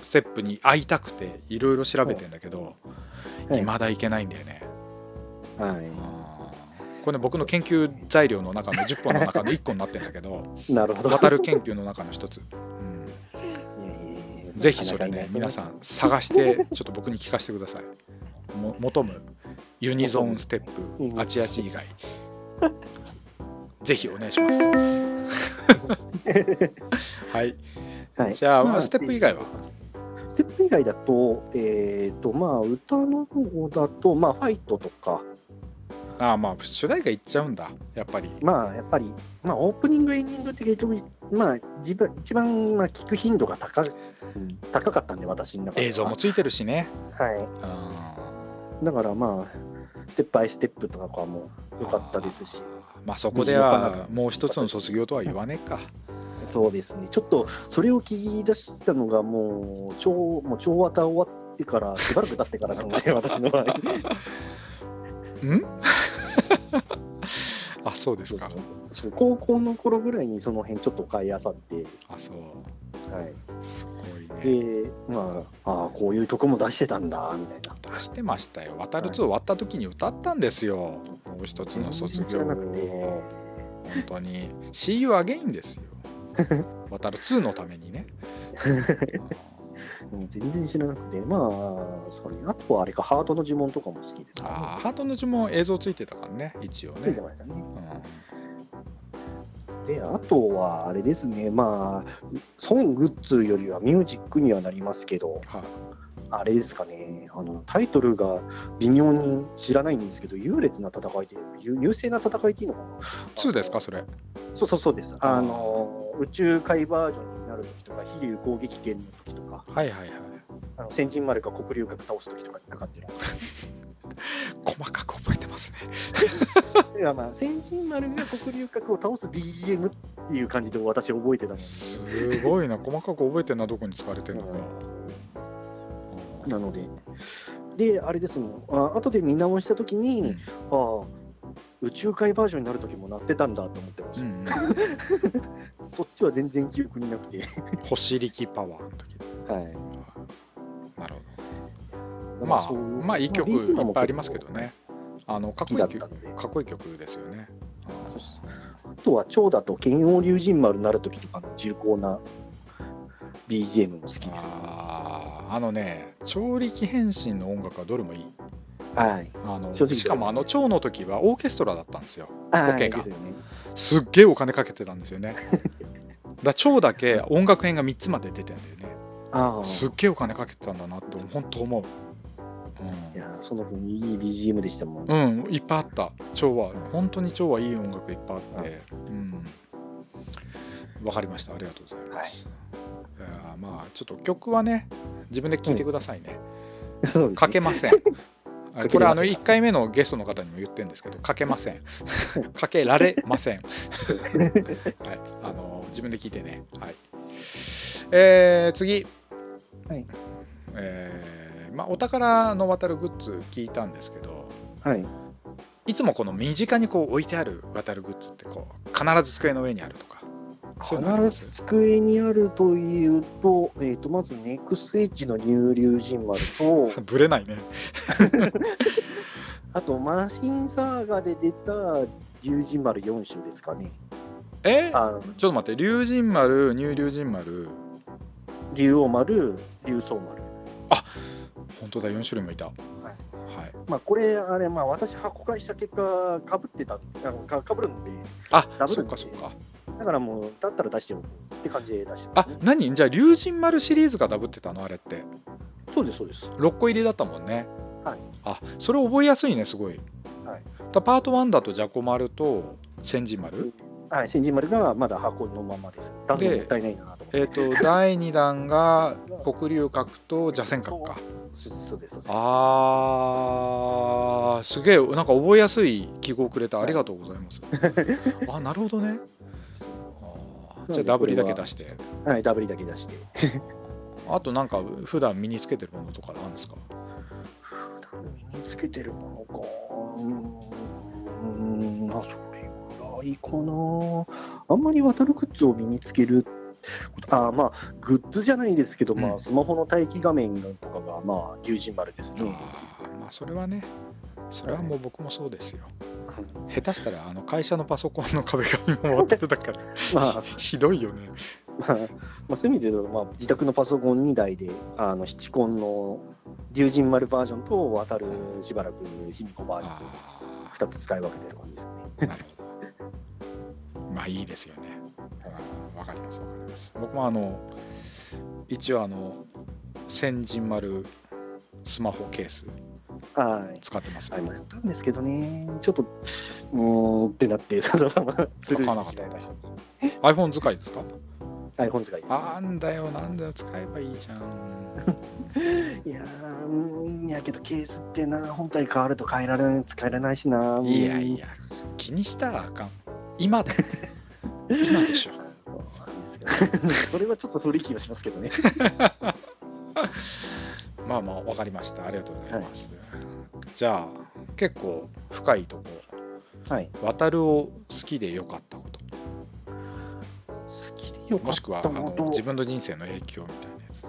ステップに会いたくていろいろ調べてんだけど、はい未だいけないんだよね、はこれね僕の研究材料の中の10本の中の1個になってんだけどい。なる ほど。渡る研究の中の一つ、うんいやいやいやぜひそれね、皆さ。ん探して、ちょっと僕に聞かせてください。も求むユニゾンステッうプ、んアチアチ以外。ぜひお願いします。はい、 はいじゃあ、まステップ以外は。ステップ以外だと、えっ、と、まあ、歌の方だと、まあ、ファイトとか、ああ、まあ、主題歌いっちゃうんだ、やっぱり。まあ、やっぱり、まあ、オープニング、エンディングって結局、まあ、自分、一番、まあ、聞く頻度が高いうん高かったんで、私の中では。映像もついてるしね。はうんい。だから、まあ、ステップバイステップとかも良かったですし、まあ、そこでは、もう一つの卒業とは言わねえか。そうですね。ちょっと、それを聞き出したのが、もう、超、もう、超綿終わってから、しばらく経ってからなの で、私の場合。ん。 あ、そうですか。そう高校の頃ぐらいにその辺ちょっと買い漁って、あ、そう。はい、すごいね。で、まあ、ああこういう曲も出してたんだみたいな。出してましたよ。渡る2終わった時に歌ったんですよ。もう一つの卒全然知業らをなくて本当に。See you again です よ。渡る2のためにね。うん全然知らなくて、まあ、そうね、あとはあれか、ハートの呪文とかも好きですあかあ、ハートの呪文映像ついてたからね、一応ね。ついねて。ましたね。うんで、あとはあれですね、まあ、ソングッズよりはミュージックにはなりますけど、はいあれですかね、あのタイトルが微妙に知らないんですけど、優劣な戦いで、優優勢な戦いっていうのかな。 2ですか、それ。そうそうそうです。あの宇宙海バージョンになる時とか、飛竜攻撃圏の時とか、はいはいはい。あの先人丸か黒竜角倒す時とかにかかってる。細かく覚えてますね。いやまあ先人丸が黒竜角を倒す BGM っていう感じで私覚えてたのですごいな、細かく覚えてるな、どこに使われてるのか。なので。で、あれですもん、あ後で見直した時うんに、ああ宇宙海バージョンになる時もなってたんだと思ってましうた。んうん。 そっちは全然記憶になくて。 星力パワーの時。はなるほど。い。まあ、そうまあいい曲いっぱいありますけど。ね。あのか好っきこだいっい曲たんでかっこいい曲ですよね。あそうそうあとは長打と剣王龍神丸になる時とかの重厚な BGM も好きです。あーあのね調力変身の音楽はどれもいい。はい。あの正直しかもあの蝶の時はオーケストラだったんですよ。あオーケいいがですよね。すっげえお金かけてたんですよ ね。だ蝶だけ音楽編が3つまで出てんだよね。ああ。すっげえお金かけてたんだなって本当思う。いやーその分いい BGM でした もん。うん、うん、いっぱいあった蝶は本当に蝶はいい音楽いっぱいあって、うん、わかりましたありがとうございます、い、やーまあちょっと曲はね自分で聴いてくださいね、そうですかねけませ んあかけれませんこれあの1回目のゲストの方にも言ってるんですけどかけませ んかけられません、はい、あの自分で聞いてねはいえー次はいえーまあお宝の渡るグッズ聞いたんですけどはい。いつもこの身近にこう置いてある渡るグッズってこう必ず机の上にあるとかそういうのありま必 ずす机にあるというと、えっ、と、まずネクスエッジの乳竜神丸と、 ぶれないねあとマシンサーガで出た竜神丸4種ですかね。えーあちょっと待って龍神丸乳龍神丸竜王丸、竜宗丸。本当だ4種類もいたはい、まあ、これ、あれ、まあ、私、箱買いした結果、かぶってた、あのかかぶるんで、あダブそルっかそっかだからもう、だったら出しておこうって感じで出してまあすね、何じゃあ龍神丸シリーズがダブってたのあれってそうです、そうです。 6個入りだったもんねはいあそれ覚えやすいねすごい、はいだパート1だとじゃこ丸と千字丸、はい、新人丸がまだ箱のままです。出すのもった いないなと思って。えっ、と第2弾が黒龍角と蛇仙閣かそうそうですそうですあーすげえなんか覚えやすい記号をくれてありがとうございます。あなるほどね。あーじゃあダブリだけ出して。はい、ダブリだけ出して。あとなんか普段身につけてるものとかなんですか。身につけてるものか。うーん、まあ、それぐらいかな。あんまり渡るグッズを身につける。あーまあ、グッズじゃないですけど、まうんあ、スマホの待機画面とかが、まあ、龍神丸ですね。あーまあそれはね。それはもう僕もそうですよ。下手したらあの会社のパソコンの壁紙も渡ってたからまあ、 ひどいよね。まあ、まあ、そういう意味で言うと、まあ、自宅のパソコン2台で、あの、七コンの龍神丸バージョンと、渡るしばらく卑弥呼バージョン、あ2つ使い分けてる感じですね。あなるほど。 まあいいですよね。うんわかりますわかります。僕もあの一応あの先人丸スマホケースはい。使ってます。あれもやったんですけどね、ちょっと、うーんってなって、そのままスルーしてしまいました、ね。 iPhone 使いですか？ iPhone 使いです、あんだよなんだよ使えばいいじゃん。いやー、うーん、いやけどケースってな、本体変わると変えられない、使えられないしな。うんいやい。や気にしたらあかん。今 だ。今でしょ。そうなんですけどそれはちょっと古い気がしますけど ね。まあまあわかりました。ありがとうございます。じゃあ結構深いとこ。はい。渡るを好きで良かったこと。好きでよかもっしくはあたものの自分の人生の影響みたいなやつ。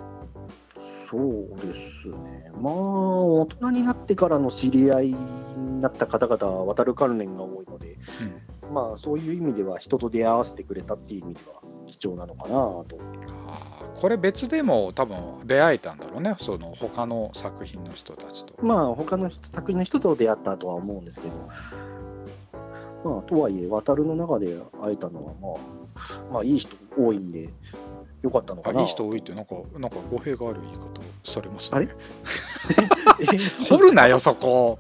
そうですね。まあ、大人になってからの知り合いになった方々、渡る関連が多いので、うんまあ、そういう意味では人と出会わせてくれたっていう意味では貴重なのかなと。あーこれ別でも多分出会えたんだろうねその他の作品の人たちと、まあ他の人作品の人と出会ったとは思うんですけど、まあ、とはいえ渡るの中で会えたのは、まあ、まあいい人多いんでよかったのかなあいい人多いってなんかなんか語弊がある言い方されますねあれ掘るなよそ こ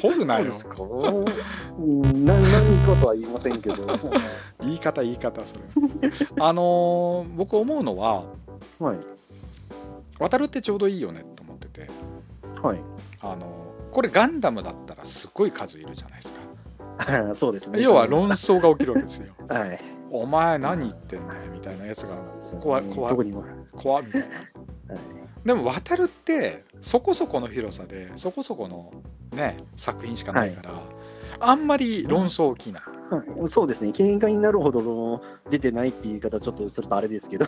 掘るなそうでよすかうんな何かとは言いませんけどそうね言い方言い方それあのー僕思うのははい渡るってちょうどいいよねと思っててはいあのーこれガンダムだったらすっごい数いるじゃないですかあ そうですね要は論争が起きるわけですよはいお前何言ってんだよみたいなやつが怖い怖い特に今怖っみたいなはいでも渡るってそこそこの広さでそこそこのね作品しかないから、あんまり論争起きない、はいそうですね喧嘩になるほどの出てないっていう言い方ちょっとするとあれですけど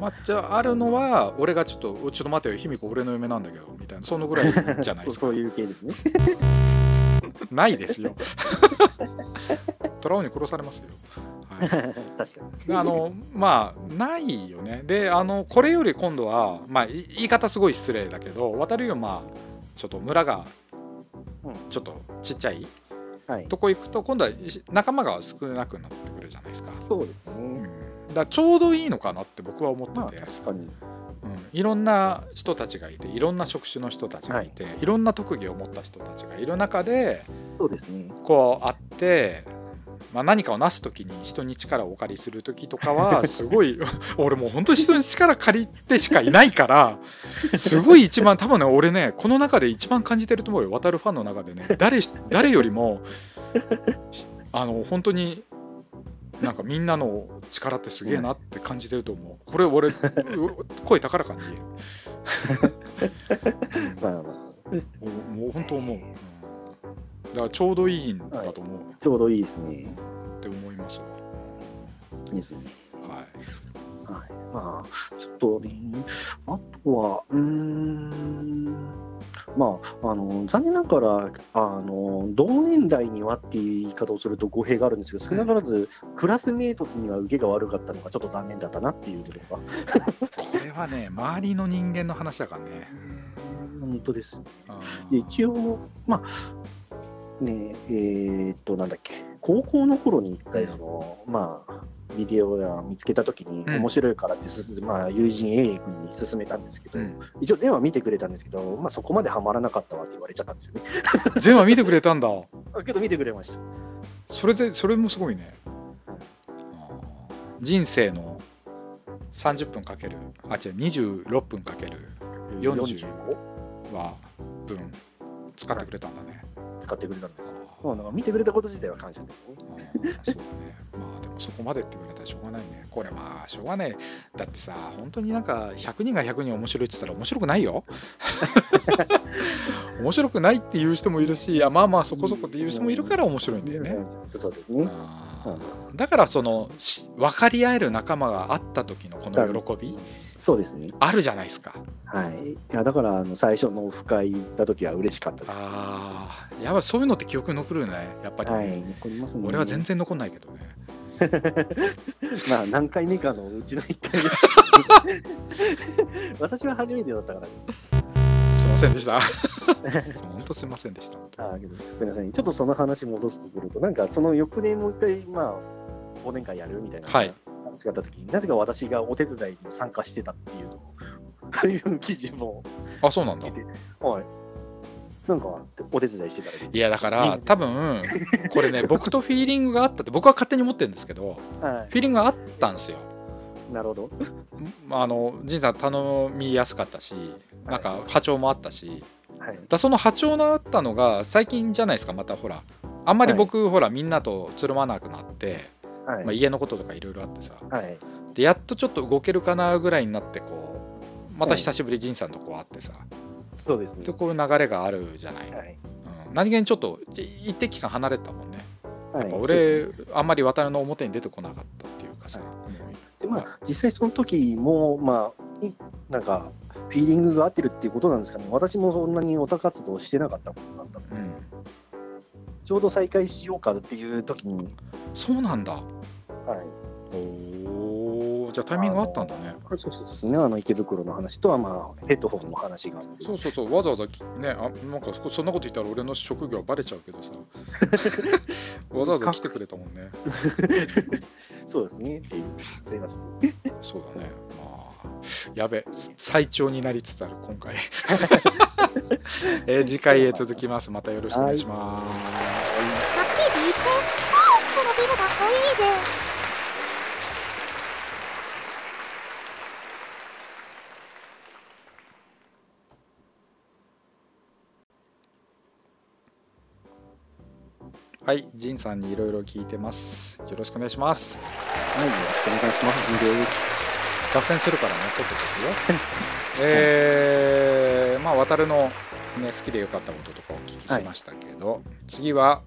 まあ、じゃああるのは俺がちょっと「ちょっと待てよ卑弥呼俺の嫁なんだけど」みたいなそのぐらいじゃないですか そういう系ですねないですよ 虎王に殺されますよ、はい、確かに。あのまあないよねであのこれより今度は、まあ、い言い方すごい失礼だけど渡るよりまあちょっと村がうんちょっとちっちゃいはい、とこ行くと今度は仲間が少なくなってくるじゃないですか。そうですうん、ね。だからちょうどいいのかなって僕は思まあってて、確かに。うん、いろんな人たちがいていろんな職種の人たちがいて、い、ろんな特技を持った人たちがいる中でそうですね。こうあって、まあ、何かをなす時に人に力をお借りする時とかはすごい俺もう本当に人に力借りてしかいないからすごい一番多分ね俺ねこの中で一番感じてると思うよ渡るファンの中でね誰し誰よりもあの本当になんかみんなの力ってすげえなって感じてると思うこれ俺声高らかに言えるまあまあ、俺もう本当思う、うんだからちょうどいいんだと思うちょうどいいですね。って思いますよ、いいですね。はいはい。まあ、ちょっとね、あとは、うーん。まあ、あの残念ながらあの同年代にはっていう言い方をすると語弊があるんですけど少なからずクラスメートには受けが悪かったのがちょっと残念だったなっていうところがこれはね周りの人間の話だからね本当ですうんで一応、まあ、ねえ、えーっと、なんだっけ、高校の頃に一回、その、まあ、ビデオや見つけたときに、うん面白いからってすす、まあ、友人 A 君に勧めたんですけど、うん一応、電話見てくれたんですけど、まあ、そこまでハマらなかったわって言われちゃったんですよね。全話見てくれたんだあけど、見てくれました。それでそれもすごいねはいうん人生の30分かけるあ違う26分かける45は分使ってくれたんだね。使ってくれたんですよ。あまあ、なんか見てくれたこと自体は感謝ですね。あーそうだねまあでもそこまでって言われたらしょうがないねこれまあしょうがないだってさ本当になんか100人が100人面白いって言ったら面白くない よ面白くないっていう人もいるしあまあまあそこそこっていう人もいるから面白いんだよね、うんそうですね。あーだからそのし分かり合える仲間があった時のこの喜びそうですね。あるじゃないですかはい。いや、だから、あの、最初のオフ会行った時は嬉しかったです。あーやばいそういうのって記憶に残るよねやっぱりね、はい。残りますね。俺は全然残んないけどねまあ、何回目かのうちの一回 目。私は初めてだったからですいませんでした 本当すいませんでしたあーけどごめんなさい。ちょっとその話戻すとすると、なんか、その翌年もう一回、まあ、忘年会やるみたいな。はい。話があった時に、なぜか私がお手伝いに参加してたっていうのを。そういう記事も。あそうなんだはい。なんか、お手伝いしてたらいいいやだかいいらね多分これね僕とフィーリングがあったって僕は勝手に思ってるんですけどはフィーリングがあったんですよい。なるほど。んまああのじいさん頼みやすかったしなんか波長もあったしはい。だその波長のあったのが最近じゃないですかまたほらあんまり僕、ほらみんなとつるまなくなって、はい。まあ、家のこととかいろいろあってさはい。でやっとちょっと動けるかなぐらいになってこうまた久しぶりじいさんとこう会ってさ、そうですねで。こういう流れがあるじゃない、はい。うん、何気にちょっとい一定期間離れてたもんねはい。そう俺、あんまり渡るの表に出てこなかったっていうかさ、はもうでまあ、実際その時も、まあ、いなんか、フィーリングが合ってるっていうことなんですかね。私もそんなにオタ活動してなかったことなんだったのでうん、ちょうど再開しようかっていう時に、そうなんだはい。おーじゃあタイミングあったんだねそうそうですね。あの、池袋の話とは、まあ、ヘッドホンの話があって。そうそうそうわざわざきねあなんかそそんなこと言ったら俺の職業バレちゃうけ どさわざわざ来てくれたもんねそうですね。っていう。すいません。そうだねまあやべ最長になりつつある今 回えー次回へ続きますまたよろしくお願いします、パッケージいっぺんあーこのビルかっこいいぜはい、ジンさんにいろいろ聞いてます。よろしくお願いします。はい。よろしくお願いします。以上です脱線するからね、ちょっとですよ。 えー、まあ、渡るの、ね、好きでよかったこととかお聞きしましたけど、次は、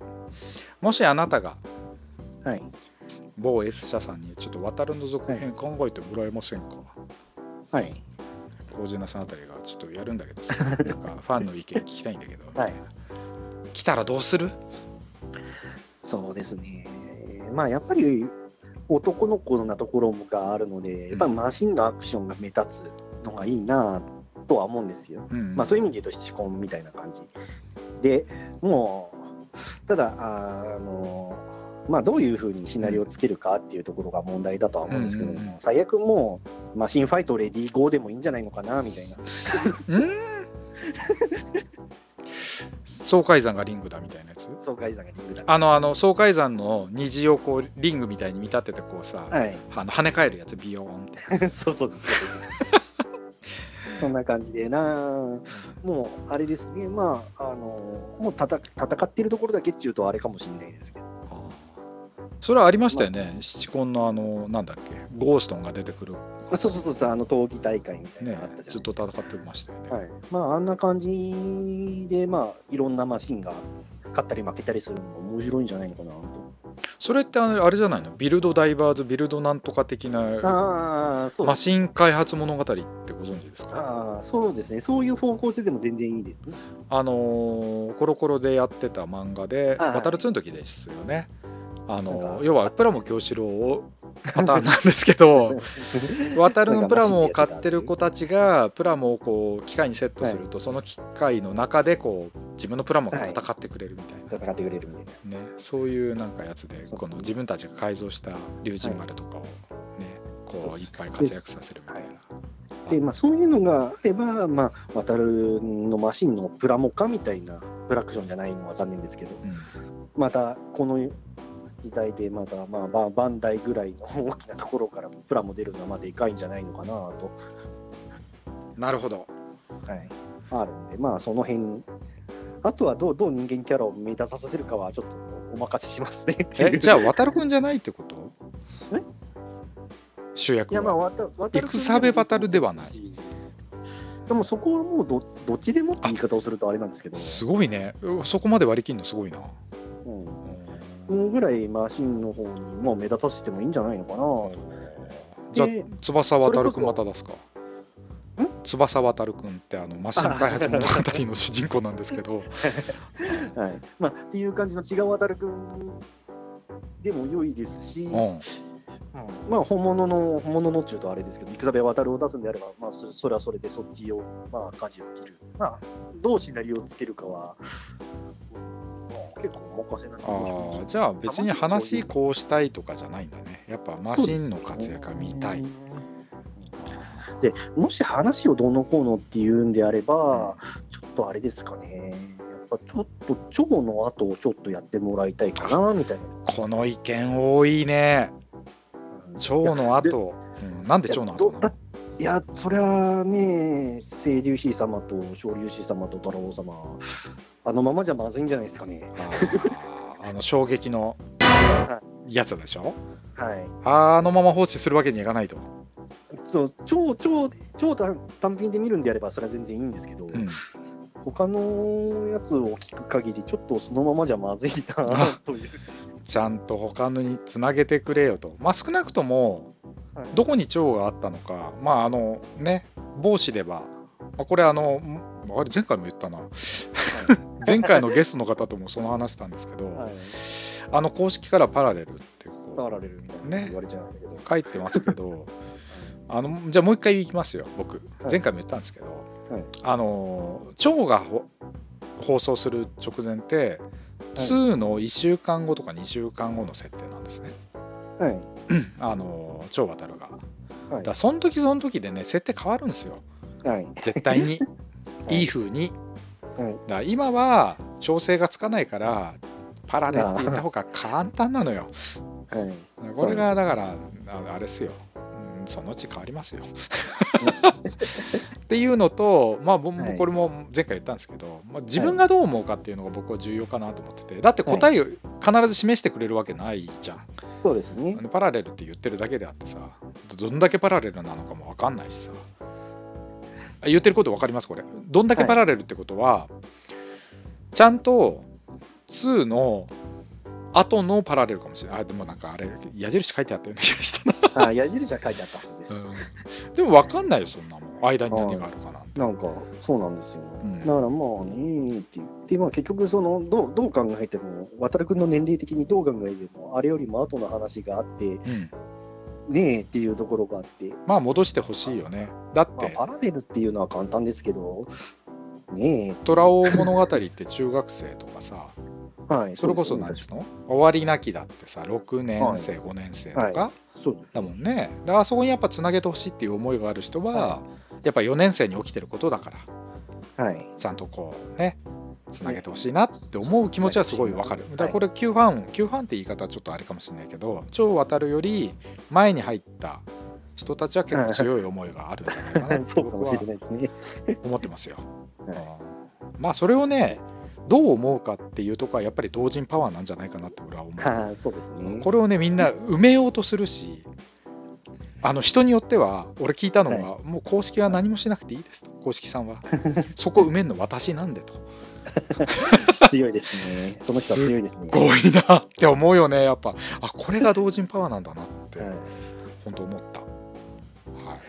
もしあなたがはい。某 S 社さんに、ちょっと渡るの続編考えてもらえませんか、はい。コージナさんあたりがちょっとやるんだけど さ、なんかファンの意見聞きたいんだけど、はい来たらどうするそうですね。まあやっぱり男の子なところがあるので、やっぱりマシンのアクションが目立つのがいいなとは思うんですよ。うん、まあそういう意味で言うと、シコンみたいな感じ。で、もう、ただ、ああの、まあどういうふうにシナリオをつけるかっていうところが問題だとは思うんですけど、うんうんうん最悪もう、マシンファイトレディーゴーでもいいんじゃないのかなみたいな。うーん爽快山がリングだみたいなやつそうかいさんがリングだ。あのあの爽快山の虹をこうリングみたいに見立ててこうさ、はい。 あの跳ね返るやつビヨーンってそうそう そんな感じでな、もうあれですね、まあ、あのもうたた戦ってるところだけっていうと、あれかもしれないですけど、それはありましたよね、七コンのあのなんだっけゴーストンが出てくるそうそうそうそう、あの闘技大会みたいなねのあったじゃないですか。ずっと戦ってましたよね、はいまあ、あんな感じで、まあ、いろんなマシンが勝ったり負けたりするのも面白いんじゃないのかなと。それってあのあれじゃないのビルドダイバーズビルドなんとか的なああ、そうマシン開発物語ってご存知ですかあーそうですね、そういう方向性でも全然いいですね。あのーコロコロでやってた漫画で「はい渡るつ」の時ですよね。あなんのかー要はプラモ京志郎をパターンなんですけ ど渡るのプラモを買ってる子たちがプラモをこう機械にセットするとその機械の中でこう自分のプラモが戦ってくれるみたい戦ってくれるみたいな。な、ね、そういうなんかやつでそうそうこの自分たちが改造した龍神丸とかをねそこうういっぱい活躍させるみたいな。で、まあ、そういうのがあれば、まあ、渡るのマシンのプラモ化みたいなプラクションじゃないのは残念ですけど、うんまたこの時代で、また、まあバ、バンダイぐらいの大きなところからプラモ出るのはまあでかいんじゃないのかなと。なるほどはい、あるんで、まあその辺、あとはどうどう人間キャラを目立たさせるかはちょっとお任せしますねって いうえじゃあ渡るくんじゃないってことえ主役いやまあは渡渡る戦部渡るではないでもそこはもうどどっちでもって言い方をするとあれなんですけど、すごいねうそこまで割り切るのすごいなうん、もうんうぐらいマシンの方にもう目立たせてもいいんじゃないのかじゃあで翼渡るくんまた出すかん翼渡るくんってあのマシン開発物語の主人公なんですけ どな、はいまあ、っていう感じの違う渡るくんでも良いですし、うんまあ本物の本物のっちゅうとあれですけど、戦部渡るを出すんであれば、まあ、そそれはそれでそっちを、まあ、舵を切る、まあ、どうシナリオをつけるかは、もう結構お任せなんでああじゃあ別に話こうしたいとかじゃないんだねやっぱマシンの活躍が見たい、。でもし話をどうのこうのっていうんであれば、ちょっとあれですかね、やっぱちょっと、蝶の後をちょっとやってもらいたいかなみたいな。この意見多いねうん蝶の後、うん、なんで蝶の後どなだのいや、そりゃね、清流師様と昇竜師様と太郎様、あのままじゃまずいんじゃないですかね。あーあの衝撃のやつでしょはい。あのまま放置するわけにいかないと、そう超、超、超単単品で見るんであれば、それは全然いいんですけど、うん、他のやつを聞く限り、ちょっとそのままじゃまずいなという。ちゃんと他のにつなげてくれよとまあ少なくともはいどこに蝶があったのかまああのね帽子でば、まあ、これあのんあれ前回も言ったな 前回のゲストの方ともその話したんですけど、はい。あの公式からパラレルってこう触られるみたいなね言われちゃうんだけど。書いてますけど あのじゃあもう一回いきますよ僕はい前回も言ったんですけど、はいあの蝶がほ放送する直前って2の1週間後とか2週間後の設定なんですね、はい。あの蝶渡るが。はだからその時その時でね設定変わるんですよい。はい。絶対 にいいい風にはいだから今は調整がつかないからパラレって言った方が簡単なのよはい。これがだからああれっすよ、うん、そのうち変わり ますよ。っていうのと、まあ、僕もはいこれも前回言ったんですけど、まあ、自分がどう思うかっていうのが僕は重要かなと思っててだって答えを必ず示してくれるわけないじゃん、そうですね。パラレルって言ってるだけであってさどどんだけパラレルなのかも分かんないしさあ言ってること分かりますこれどんだけパラレルってことは、ちゃんと2の後のパラレルかもしれないあでもなんかあれ矢印書いてあったような気がしたな、あ、矢印は書いてあったはずです。うん でも分かんないよそんなもん間に何があるかなんてなんかそうなんですよ、うんだからまあねって言って、まあ、結局そのどうどう考えても渡君の年齢的にどう考えてもあれよりも後の話があってうんねえっていうところがあって、まあ戻してほしいよねだっまあ、てパラレルっていうのは簡単ですけどね「虎王物語」って中学生とかさ えはいそれこそ何ですつうの終わりなきだってさ6年生5年生とはいかそうですだもんねだからそこにやっぱつなげてほしいっていう思いがある人ははやっぱ4年生に起きてることだからはいちゃんとこうねつなげてほしいなって思う気持ちはすごいわかるはいだからこれ旧ファン旧ファンって言い方はちょっとあれかもしれないけど超渡るより前に入った人たちは結構強い思いがあるんじゃないかなって そうか僕もしはれないですね思ってますよ。はいうんまあそれをねどう思うかっていうとこはやっぱり同人パワーなんじゃないかなって俺は思う。 はいそうですねこれをねみんな埋めようとするしあの人によっては俺聞いたのは、もう公式は何もしなくていいですと公式さ んはそこ埋めるの私なんでと強いです ねその人は強いですねすごいなって思うよねやっぱあこれが同人パワーなんだなって、はい本当思った、はい、はい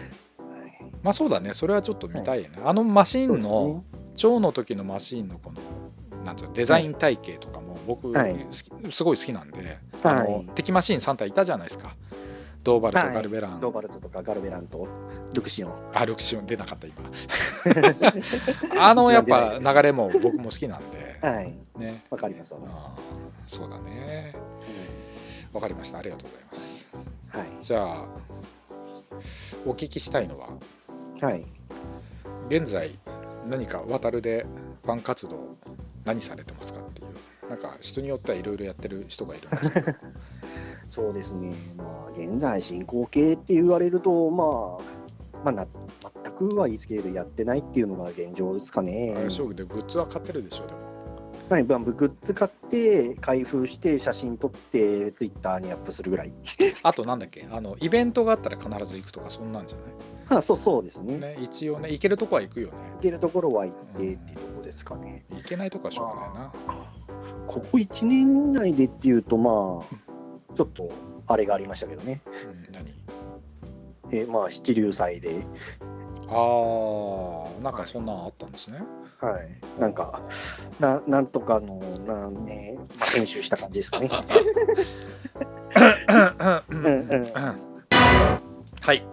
まあそうだねそれはちょっと見たいね、あのマシそうンですのね蝶の時のマシンのこのなんていうのデザイン体系とかも僕、はい好きすごい好きなんで、あはのい敵マシン3体いたじゃないですかドーバルとはいガルベラン、ロバルトとかガルベランとルクシオンあルクシオン出なかった今 あのやっぱ流れも僕も好きなん ではいねわかりますわかりあーそうだねうんわかりましたありがとうございますはいじゃあお聞きしたいのははい現在何か渡るでファン活動何されてますかっていうなんか人によってはいろいろやってる人がいるんですけどそうですね、まあ、現在進行形って言われると、まあ、まあ、な全く僕は e スケールやってないっていうのが現状ですかね。あれ勝負でグッズは買ってるでしょでもはい、まあグッズ買って、開封して、写真撮って、ツイッターにアップするぐらい。 あとなんだっけあのイベントがあったら必ず行くとかそんなんじゃなあそうそうですね。い、ね、一応ね行けるとこは行くよね行けるところは行ってっていうところですかね。行けないとこはしょうがないな、ここ1年以内でっていうと、まあ、ちょっとあれがありましたけどね。うん、何えまあ、七流祭で、あーなんかそんなんあったんですね、はい、なんか、ななんとかの、なんね、まあ、編集した感じですかね。うんうんうんはい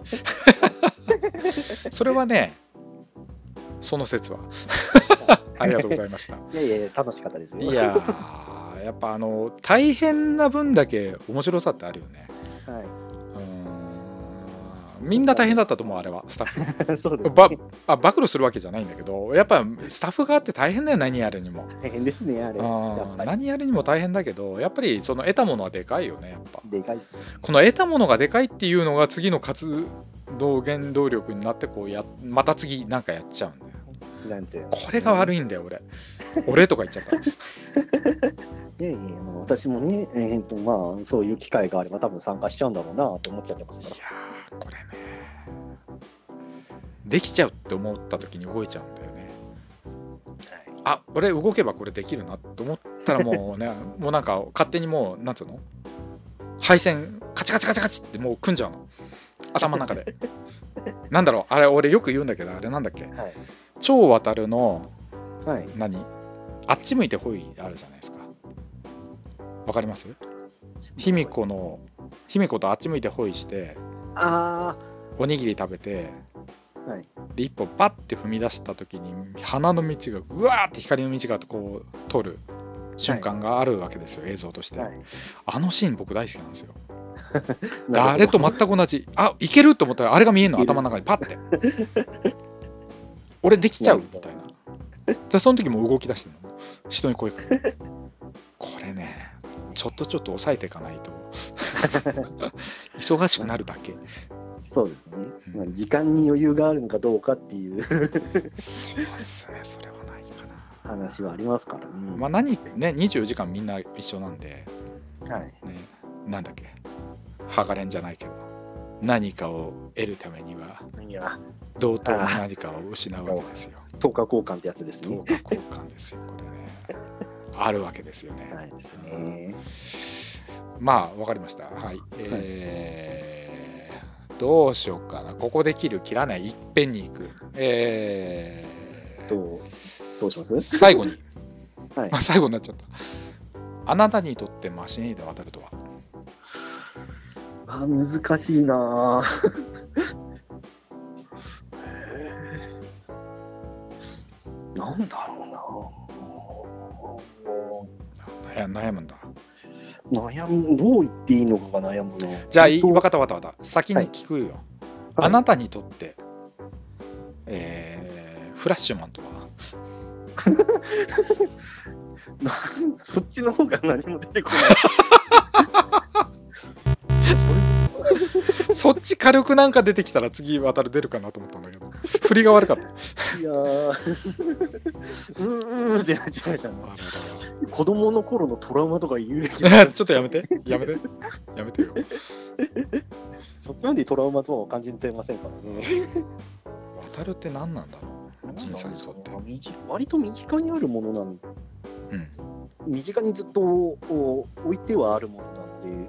それはねその説 はありがとうございましたいやいやいや、楽しかったですよ。いやーやっぱあの大変な分だけ面白さってあるよねはうーんみんな大変だったと思うあれはスタ ッフい、そうですばね。あ暴露するわけじゃないんだけどやっぱスタッフがあって大変だよ何やるにも大変ですね、あれ。やうっんぱり。何やるにも大変だけどやっぱりその得たものはでかいよねやっぱでかいですね。この得たものがでかいっていうのが次の活動原動力になってこうやまた次なんかやっちゃうんだよなんて。これが悪いんだよ 俺俺とか言っちゃったいやいや、もう私もね、えー、と、まあ、そういう機会があれば、多分参加しちゃうんだろうなと思っちゃってますかいやーこれねできちゃうって思った時に動いちゃうんだよねら。はいあ俺動けばこれできるなと思ったらもう ねもうなんか勝手にもうなんつうの配線カチカチカチカチってもう組んじゃうの頭の中 でなんだろうあれ俺よく言うんだけどあれなんだっけはい。超渡るのはい。何あっち向いてほいあるじゃないですかわかります卑弥呼の卑弥呼とあっち向いてほいしてあおにぎり食べてあ、はい。で一歩バッて踏み出した時に花の道がうわーって光の道がこう通る瞬間があるわけですよ、映像として、はい。あのシーン僕大好きなんですよな誰るほとど全く同じあいけると思ったらあれが見えるのいける頭の中にパッて 俺できちゃうみたいなでその時もう動き出してるの人に声かけてこれねちょっとちょっと抑えていか ないと忙しくなるだけそうですねう。んまあ、時間に余裕があるのかどうかっていうそうっすねそれはないかな話はありますからね。まあ何ね24時間みんな一緒なんで、はい。ね、なんだっけ剥がれんじゃないけど何かを得るためにはいや、同等の何かを失うわけですよ等価交換ってやつです等ね。価交換ですよこれね あるわけですよね、はいですね。まあわかりましたはいえー、どうしようかなここで切る切らないいっぺんにいくえー、どう、どうします最後に、はいまあ、 最後になっちゃったあなたにとってマシンで渡るとはあ、難しいなぁなんだろ悩悩むんだうなぁ悩む、どう言っていいのかが悩むなじゃあいい本分かった分かった分かった先に聞くよ、当はあいなたにとって、えーフラッシュマンとは なんそっちの方が何も出てこない。そっち軽くなんか出てきたら次渡る出るかなと思ったんだけど振りが悪かったいやーうーんってなっちゃいましたね。あら子供の頃のトラウマとか言うべきらら ちょっとやめてやめてやめてよそこまでトラウマとは感じてませんからね。渡るって何なんだろう人生にとってなんか身近割と身近にあるものなんうん身近にずっとこう置いてはあるものなので、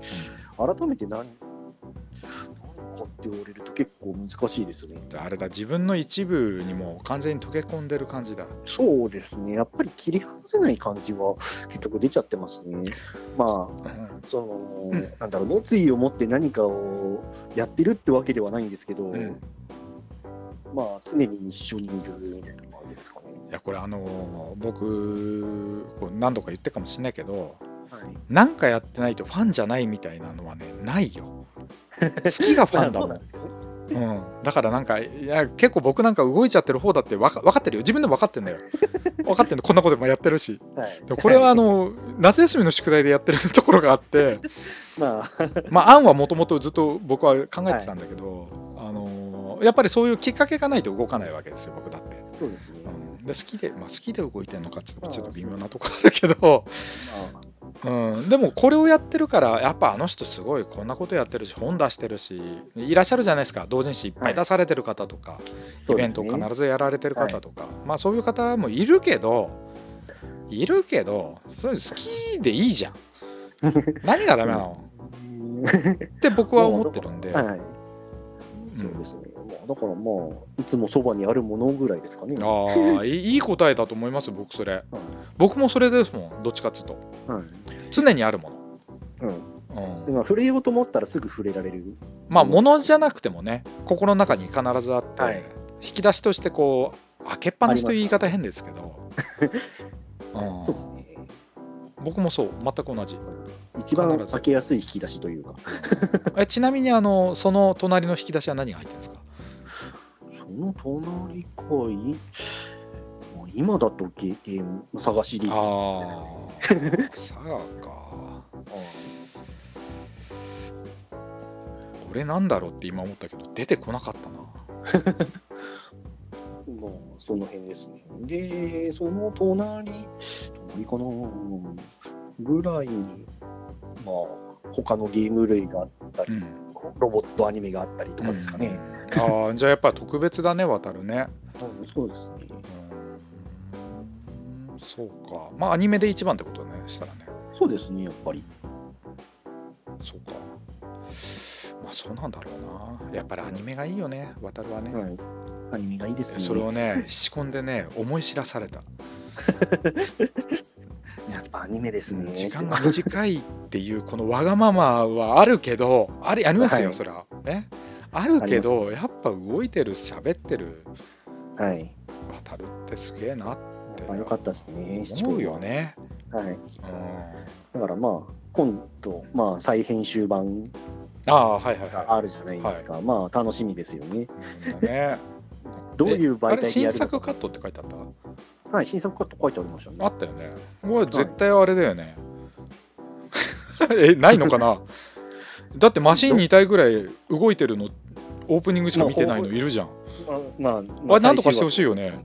改めて何何かって言われると結構難しいですね。であれだ自分の一部にもう完全に溶け込んでる感じだそうですね、やっぱり切り離せない感じは結局出ちゃってますね。まあ、うんその、うんなんだろう、熱意を持って何かをやってるってわけではないんですけど、うんまあ、常に一緒にいるみたいな感じですかね。いやこれあのー僕こう何度か言ってるかもしれないけどはいなんかやってないとファンじゃないみたいなのはねないよ好きがファンだそも うんなんですけどね。うん、だからなんかいや結構僕なんか動いちゃってる方だってわか分かってるよ自分でも分かってんだよ分かってんのこんなこともやってるしはいでもこれはあの夏休みの宿題でやってるところがあってまあ、まあ案はもともとずっと僕は考えてたんだけど、あののやっぱりそういうきっかけがないと動かないわけですよ僕だって、そうですね。うん、で好きで、まあ、好きで動いてるのかっていうとちょっと微妙なとこあるけど、まあうん、でもこれをやってるからやっぱあの人すごいこんなことやってるし本出してるしいらっしゃるじゃないですか同人誌いっぱい出されてる方とか、イベントをそうですね必ずやられてる方とか、まあそういう方もいるけどいるけどそういうの好きでいいじ ゃん何がダメなのって僕は思ってるんで、はいはい。うそうんですね。まあだからまあいつもそばにあるものぐらいですかね。はああいいいい答えだと思います僕それ、うん僕もそれですもんどっちかっつうとい。常にあるもうん。の、うでん、まあ触れようと思ったらすぐ触れられる。まあ物じゃなくてもね心の中に必ずあって、はい引き出しとしてこう開けっぱなしという言い方変ですけ ど、うんそうですね。僕もそう全く同じ一必番ず開けやすい引き出しというか。えちなみにあのその隣の引き出しは何が入ってるんですかその隣かい。もう今だとゲーム探しでいいですねああ佐賀か俺なんだろうって今思ったけど出てこなかったなまあ、その辺ですね。で、その隣、隣かなぐらいに、まあ、他のゲーム類があったり、うんロボットアニメがあったりとかですかね。うんああじゃあやっぱ特別だね渡るねうんそうですね。うんそうかまあアニメで一番ってことねしたらねそうですね、やっぱり。そうかまあそうなんだろうなやっぱりアニメがいいよね渡るはね、はい。アニメがいいですね。それをね仕込んでね思い知らされたやっぱアニメですね。時間が短いっていうこのわがままはあるけどありありますよ、はいそりゃねあるけどやっぱ動いてる喋ってるはい。や渡るってすげえなってっぱ良かったですね。思うよねはうい。んだからまあ、今度、まあ、再編集版ああはいはいがはあるじゃないですか。まあ、楽しみですよね。い、うんだね、 どういうあ媒体でやるれの新作カットって書いてあったはい、新作カット書いてありましたね。あったよねこれ絶対あれだよね、 えないのか なだってマシン2体ぐらい動いてるのオープニングしか見てないのいるじゃんまあ、あれなんとかしてほしいよね。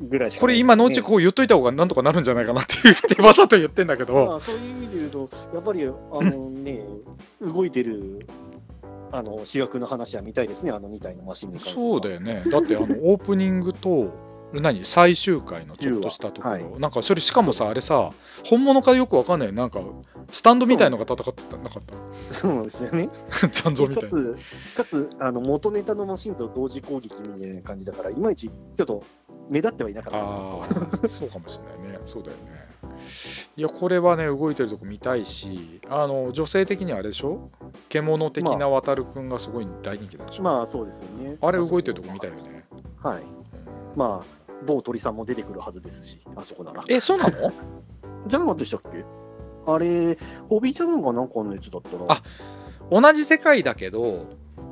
ぐらいしかないこれ今のうちこう言っといた方がなんとかなるんじゃないかなって言ってわざと言ってんだけまどあ、そういう意味で言うと、やっぱりあ のね、動いてるあの主役の話は見たいですね、あの2体のマシンに関してはそうだよねだってあのオープニングと何最終回のちょっとしたところ、はいなんかそれしかもさあれさ本物かよくわかんないなんかスタンドみたいのが戦ってたなかっそうなんですよね。た 残像みかたいなつ、かつあの元ネタのマシンと同時攻撃みたいな感じだから、いまいちちょっと目立ってはいなかった。ああ そうかもしれないねそうだよねいやこれはね動いてるとこ見たいしあの女性的にはあれでしょ獣的な渡るくんがすごい大人気なんでしょ、まあそうですよね。あれ動いてるとこ見たいよねはい。まあ、某鳥さんも出てくるはずですし、あそこなら。えそうなのじゃなかったでしたっけあれ、ホビーちゃんがなんかのやつだったら。あ同じ世界だけど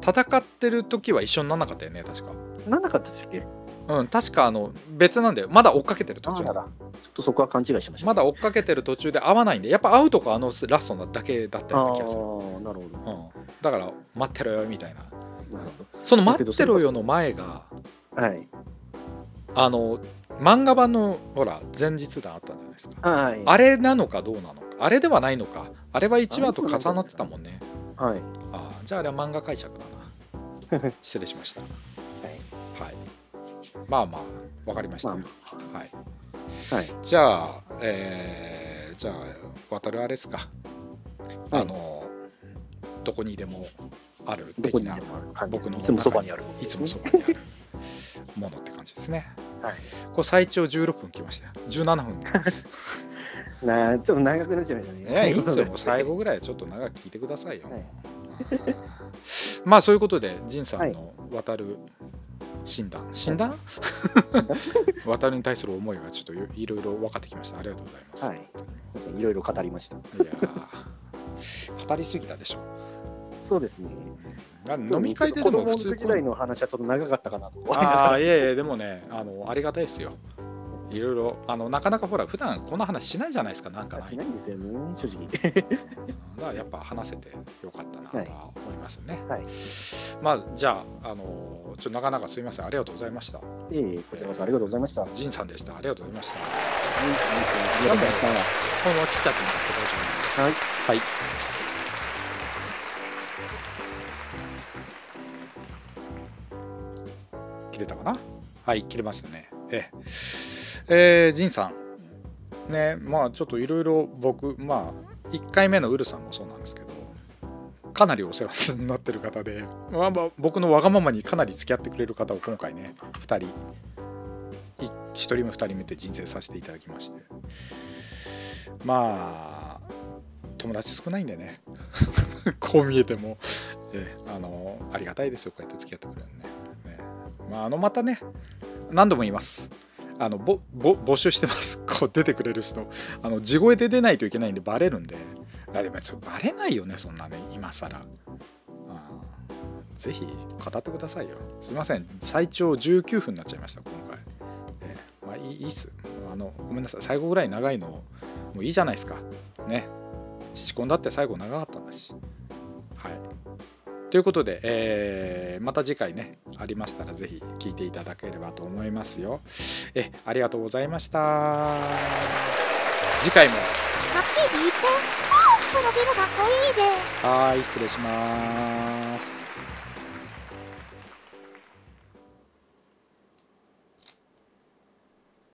戦ってる時は一緒にならなかったよね確かなんなかったでしたっけうん確かあの別なんだよまだ追っかけてる途あ中あなら、ちょっとそこは勘違いしました。まだ追っかけてる途中で会わないんでやっぱ会うとこあのラストなだけだったような気がする、ああ、なるほど。うん、だから待ってろよみたいななるほその待ってろよの前がど。はい。あの漫画版のほら前日談あったじゃないですかはい。あれなのかどうなのかあれではないのかあれは1話と重なってたもんねはい。ああじゃああれは漫画解釈だ な失礼しましたはい。はい。まあまあ、わかりました。まはい。はい。じゃあ、えーじゃあ、渡るあれですか。はいあの、どこにでもあるどこ的にでな、もある感じ僕のいつもそばにある。いつもそばにあるものって感じですね。はい。これ最長16分きましたよ。17分。なあ、ちょっと長くなっちゃいましたね。いや、いいんですよ。もう最後ぐらいはちょっと長く聞いてくださいよ。 はいあーまあ、そういうことで、仁さんの渡る診断、診断渡るに対する思いがちょっといろいろ分かってきました。ありがとうございます。はいいろいろ語りました。いやー語りすぎたでしょ。そうですね。あ飲み会ででも普子供通の時代の話はちょっと長かったかなと。ああ、いやいや、でもね、あのありがたいですよ。いろいろあのなかなかほら普段この話しないじゃないですかなんかないしとないんですよね、正直。うんだからやっぱ話せてよかったなとは思いますね。はいまあじゃあ、あのーちょっとなかなかすみませんありがとうございました。ええこちらこそありがとうございました。ジンさんでしたありがとうございました。こありがとうございましのまま切っちゃってもらって大丈夫ですた。はい。はい。切れたかなはい、切れましたね。えええー、ジンさん。ね、まあちょっといろいろ僕、まあ1回目のウルさんもそうなんですけど、かなりお世話になってる方で、まあまあ、僕のわがままにかなり付き合ってくれる方を今回ね、2人、い1人目2人目で人生させていただきまして、まあ、友達少ないんでね こう見えても、ええあのありがたいですよこうやって付き合ってくれるのねねまああのまたね何度も言いますあのぼぼ募集してます こう出てくれる人あの地声で出ないといけないんでバレるんであでもそれバレないよねそんなね今更あーぜひ語ってくださいよすいません最長19分になっちゃいました今回、ええまあいいいいっすあのごめんなさい最後ぐらい長いのもういいじゃないですかね七コンだって最後長かったんだし。はい、ということで、えーまた次回ねありましたらぜひ聞いていただければと思いますよ。えありがとうございました。次回もパッケージ一本超このビルかっこいいぜはーい失礼します。